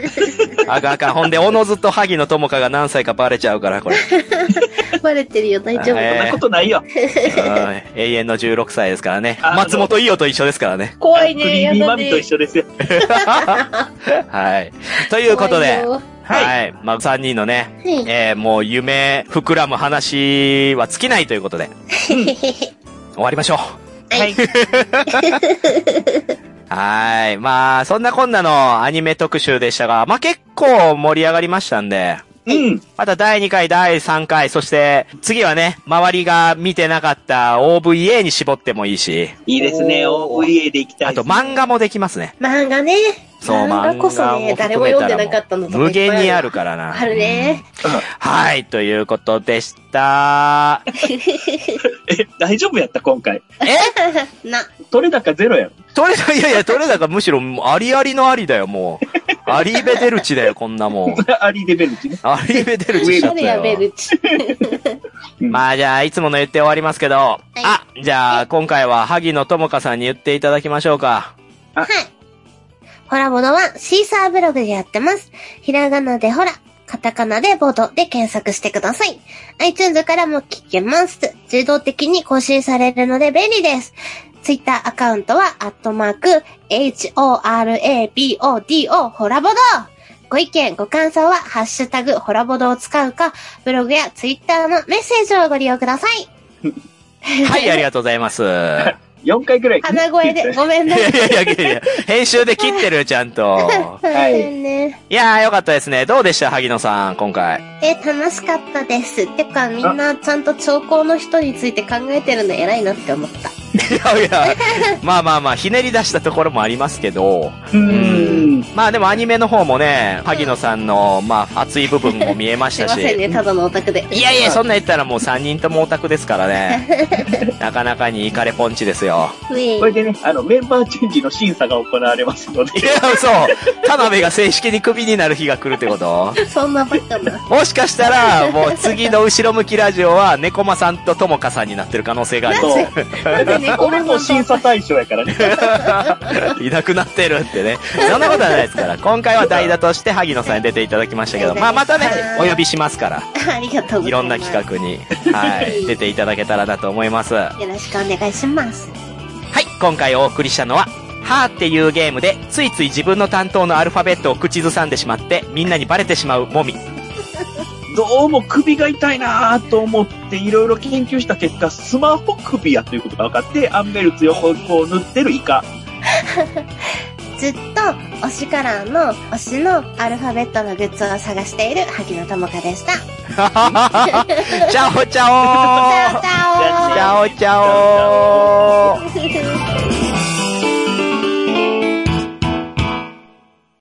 S1: あかんあかん。ほんで、おのずと萩野友香が何歳かバレちゃうから、これ。
S4: バレてるよ。大丈夫
S1: え
S4: か
S3: そん
S1: ー
S4: な。
S3: なことないよ。
S1: うん永遠の16歳ですからね。
S3: あの
S1: 松本伊代と一緒ですから ね。
S2: 怖い
S3: クリ
S2: ね。
S3: ー
S2: や
S3: ミーマ
S2: だ
S3: ミと
S2: ね。
S3: 一緒ですよ。
S1: はい。ということで、
S4: 怖
S1: はい。まあ、3人のね、
S4: いよはい
S1: えー、もう夢膨らむ話は尽きないということで、終わりましょう。
S3: はい。
S1: はい。まあ、そんなこんなのアニメ特集でしたが、まあ結構盛り上がりましたんで、
S3: うん。
S1: また第2回、第3回、そして、次はね、周りが見てなかった OVA に絞ってもいいし、
S3: いいですね。
S4: おー
S3: OVA で行きたい
S1: あ
S3: です
S1: と
S3: ね。
S1: 漫画もできますね。
S4: 漫画ね。
S1: そう、
S4: 漫画こそ
S1: 漫
S4: ね、
S1: 画
S4: 誰
S1: も
S4: も
S1: 含
S4: 読
S1: めた
S4: ん
S1: ら
S4: でなかったのとかいっぱ
S1: 無
S4: い
S1: 限にある
S4: わ
S1: からな。
S4: あるね。
S1: はい、ということでした。
S3: え、大丈夫やった今回。
S4: な、
S3: 取れ高ゼロやろ。
S1: 取れ高、いやいや、取れ高むしろありありのありだよ、もう。 アリーベデルチだよ、こんなもん。
S3: アリーレベルってね。
S1: アリーベデルチしちゃ
S5: ャ
S1: っ
S5: レや
S1: た
S5: ベ
S1: よ。
S5: ルチ。
S1: まあじゃあ、いつもの言って終わりますけど、
S2: い
S1: あ、じゃあ、今回は萩野智香さんに言っていただきましょうか。
S2: ホラボドはシーサーブログでやってます。ひらがなでホラ、カタカナでボドで検索してください。iTunes からも聞けます。自動的に更新されるので便利です。Twitter アカウントは、アットマーク、h-o-r-a-b-o-d-o ホラボドご意見、ご感想は、ハッシュタグ、ホラボドを使うか、ブログやツイッターのメッセージをご利用ください。
S1: はい、ありがとうござい ます。いや
S3: 4回くらい。
S2: 鼻声で、ごめんなさい。
S1: いやいやいや、編集で切ってる、ちゃんと。
S3: はい
S2: そうだよね。
S1: いやー、よかったですね。どうでした、萩野さん、今回。
S2: え、楽しかったです。てか、みんなちゃんと兆候の人について考えてるの偉いなって思った。
S1: いや いや、まあまあまあ、ひねり出したところもありますけど、
S3: うーん。
S1: まあでもアニメの方もね、萩野さんの、まあ、熱い部分も見えまし
S2: すい
S1: た
S2: ま
S1: し。
S2: せんね、ただのオタクで。
S1: いやいや、そんなん言ったらもう3人ともオタクですからね。 なかなかにイカレポンチですよ。
S2: ウェ
S3: これ
S2: イ。
S3: でね、あの、メンバーチェンジの審査が行われますの で
S1: い。や、そう。田辺が正式にクビになる日が来るってこと
S2: そんなバ カな。
S1: もしかしたら、もう次の後ろ向きラジオは、猫間さんと友香さんになってる可能性がある。
S3: そう。
S5: なんでね、
S3: 俺も審査対象やからね。
S1: いなくなってるってね。そんなことはないですから。今回は代打として萩野さんに出ていただきましたけど、まあまたね、お呼びしますから。
S2: ありがとうございます。
S1: いろんな企画に、はい、出ていただけたらなと思います。は
S2: 画。よろしくお願いします。
S1: い、今回お送りしたのは、はーっていうゲームで、ついつい自分の担当のアルファベットを口ずさんでしまって、みんなにバレてしまうもみ。
S3: どうも首が痛いなぁと思っていろいろ研究した結果、スマホ首やということが分かって、アンベルツ横にこう塗ってるイカ。
S2: ずっと、推しカラーの、推しのアルファベットのグッズを探している、萩野智香でした。
S1: チャオチャオ
S2: チャオチャオ
S1: チャオチャオ